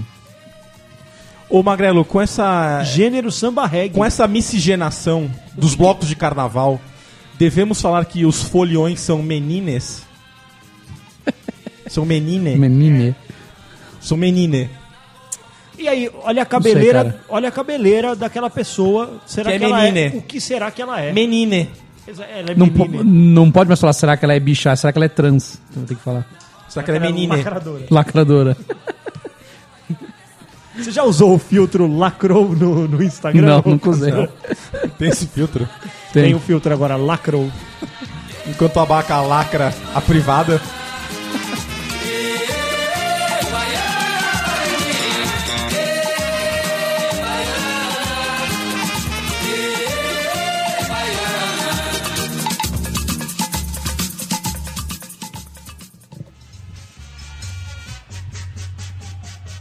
S4: Ô, Magrelo, com essa...
S7: É.
S6: Gênero samba reggae.
S4: Com essa miscigenação dos blocos de carnaval, devemos falar que os foliões são menines? São menine?
S7: Menine.
S4: são menine.
S6: E aí, olha a
S7: sei,
S6: cabeleira,
S7: cara.
S6: olha a cabeleira daquela pessoa. Será
S4: Que
S6: que,
S4: é
S6: ela
S4: menina.
S6: é? O que será que ela é?
S4: Menine.
S6: Ela é
S7: Não, po-
S6: menina.
S7: não pode mais falar, será que ela é bicha? Será que ela é trans? Então tem que falar.
S4: Será que ela é
S6: Ela é
S4: menine?
S6: lacradora.
S7: Lacradora.
S6: Você já usou o filtro lacrou no, no Instagram?
S7: Não, nunca usei.
S4: Tem esse filtro.
S6: Tem o
S7: Tem.
S6: filtro agora, lacrou.
S4: Enquanto a vaca lacra a privada.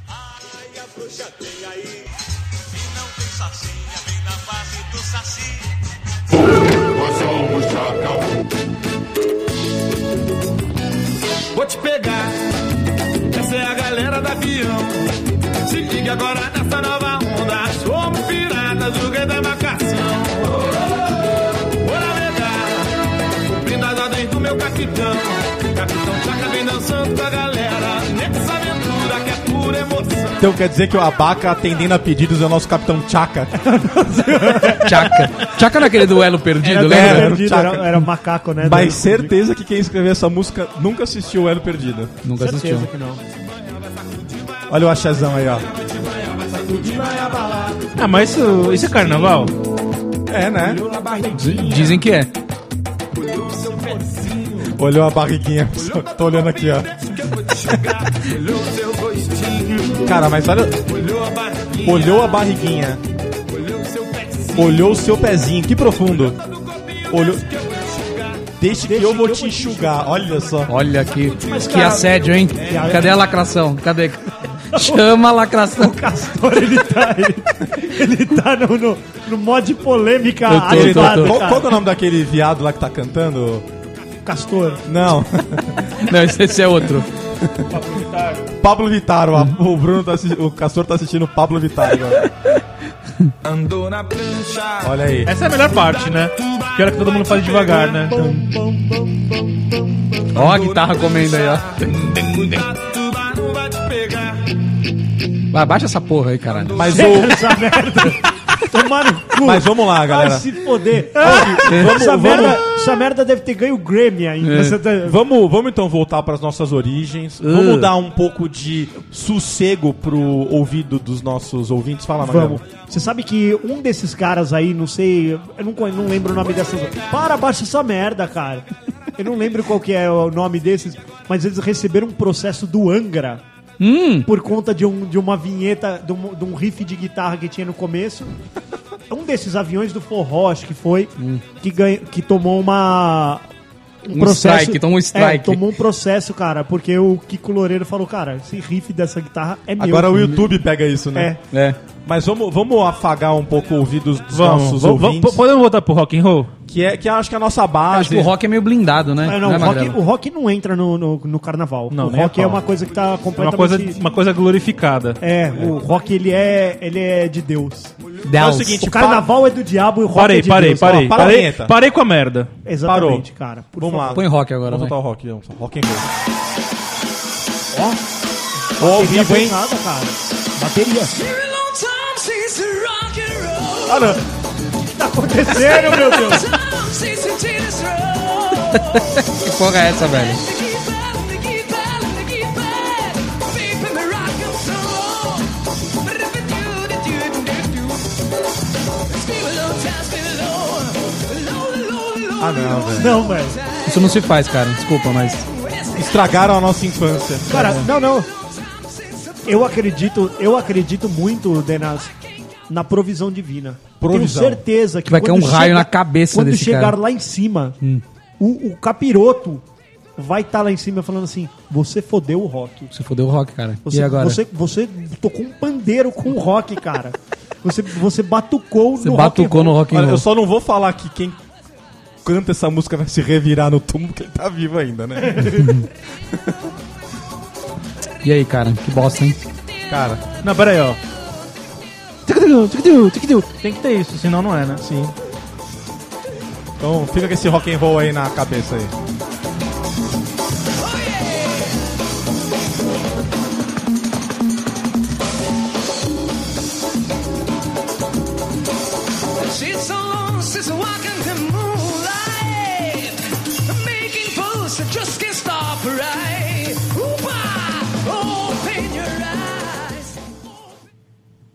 S8: Ai, a bruxa tem aí. E não tem sacinha, vem na fase do saci.
S2: é um
S3: Vou te pegar. Essa é a galera da avião. Se liga agora nessa nova onda. Somos piratas do grande embarcação. Bora navegar. Cumprindo as ordens do meu capitão. Capitão Chaca vem dançando com a galera. Nessa aventura que é pura emoção.
S4: Então quer dizer que o abaca atendendo a pedidos é o nosso capitão Chaka.
S7: Tchaca. Tchaca naquele duelo perdido, lembra?
S4: duelo.
S6: perdido,
S4: Tchaca.
S6: era, era macaco, né?
S4: Mas
S6: Do-
S4: certeza que quem escreveu essa música nunca assistiu o Elo Perdido.
S7: Nunca assistiu.
S6: Certeza que não.
S4: Olha o achazão aí, ó.
S5: Ah, mas isso, isso é carnaval?
S4: É, né?
S7: D- Dizem que é.
S4: Olhou a barriguinha. Só Tô olhando aqui, ó. Cara, mas olha. Olhou a barriguinha. Olhou o seu pezinho. Que profundo. Olhou. Deixe que eu vou te enxugar. Olha só.
S7: Olha que,
S6: Mas,
S7: que
S6: cara,
S7: assédio, hein? Cadê a lacração? Cadê? Chama a lacração.
S6: Castor, ele tá, ele, ele tá no, no, no modo de polêmica
S7: Eu tô,
S4: Ele tá-
S6: animado,
S4: qual,
S6: cara.
S4: qual que é o nome daquele viado lá que tá cantando?
S6: Castor.
S4: Não.
S7: Não, esse, esse é outro.
S4: Pablo Vittar. O, o Bruno tá assisti- O Castor tá assistindo o Pablo Vittar agora.
S3: Andou na prancha.
S4: Olha aí.
S5: Essa é a melhor parte, né? Que hora que todo mundo faz devagar, né?
S7: Ó a guitarra comendo aí, ó.
S3: Cuidado, tubarão vai te pegar.
S7: Vai, Abaixa essa porra aí, caralho.
S4: Mas, o,
S6: Essa merda. Tomara no cu.
S4: mas vamos lá,
S6: Vai
S4: galera.
S6: se foder.
S4: Vamos,
S6: essa, merda,
S4: vamos,
S6: essa merda deve ter ganho o Grammy ainda.
S7: É.
S6: Você tá-
S4: Vamos, vamos então voltar para as nossas origens.
S5: Ah.
S4: Vamos dar um pouco de sossego pro ouvido dos nossos ouvintes. Fala, Magrelo.
S6: Vamos. Você sabe que um desses caras aí, não sei, eu não, co- não lembro o nome dessas. Para, baixa essa merda, cara. Eu não lembro qual que é o nome desses, mas eles receberam um processo do Angra.
S7: Hum.
S6: Por conta de, um, de uma vinheta, de um, de um riff de guitarra que tinha no começo. Um desses aviões do forró, acho que foi, que, ganha, que tomou uma.
S7: Hum. Um strike, tomou um strike.
S6: tomou um processo, cara, porque o Kiko Loureiro falou, cara, esse riff dessa guitarra é meu.
S4: Agora o YouTube pega isso,
S6: É.
S4: né?
S7: É.
S4: Mas vamos, vamos afagar um pouco o ouvido dos
S5: Vamos,
S4: nossos
S5: vamos,
S4: ouvintes,
S5: vamos- podemos voltar pro rock and roll?
S4: que é que eu acho que é a nossa
S7: Acho
S4: base.
S7: que o rock é meio blindado, né?
S6: Ah, não,
S7: é,
S6: o, rock,
S7: Magrelo?
S6: o rock não entra no, no, no carnaval.
S5: Não,
S6: o
S5: nem a
S6: rock é
S5: pau.
S6: uma coisa que tá
S5: É uma
S6: completamente.
S5: coisa, uma coisa glorificada.
S6: É, o rock ele é, ele é de Deus.
S4: É o
S7: Deus.
S4: seguinte,
S6: O carnaval é do diabo e o rock é
S5: Parei,
S6: de
S5: parei,
S6: Deus.
S5: parei,
S4: Ó, para a
S5: parei.
S4: vinheta.
S5: Parei com a merda.
S6: Ó, exatamente, cara. Por
S4: vamos lá.
S6: favor.
S7: Põe rock agora,
S4: Vamos
S7: vai.
S4: voltar o rock, vamos. Rock and roll.
S6: Ó,
S4: Ó, ao
S6: bateria
S4: vivo, hein?
S6: pesada, cara. Bateria.
S2: Been a long time since the
S6: Ah, não. O que tá acontecendo, meu Deus?
S7: Que porra é essa, velho?
S4: Ah, não, velho.
S6: Não, velho.
S7: Isso não se faz, cara. Desculpa, mas.
S4: Estragaram a nossa infância.
S6: Cara, não, não. Eu acredito, eu acredito muito, Denas, na provisão divina.
S4: Provisão.
S6: Tenho certeza que,
S7: Que vai cair
S6: quando
S7: um raio na cabeça
S6: quando
S7: desse
S6: chegar
S7: cara. Hum.
S6: lá em cima, o, o capiroto vai estar lá em cima falando assim: "Você fodeu o rock.
S7: Você fodeu o rock, cara.
S6: Você,
S7: e agora?
S6: você você tocou um pandeiro com o rock, cara. você você batucou
S7: Você
S6: no rock
S7: batucou
S6: and
S7: no
S6: roll.
S7: rock and
S4: Olha,
S7: roll.
S4: eu só não vou falar que quem canta essa música vai se revirar no túmulo que ele tá vivo ainda, né?
S7: E aí, cara? Que bosta, hein?
S4: Cara,
S5: Não, pera aí, ó. Tic-tic-tic, tic-tic-tic, tic-tic-tic. Tem que ter isso, senão não é, né? Sim.
S4: então fica com esse rock and roll aí na cabeça aí.
S9: She's so long since walking the moonlight, making fools of just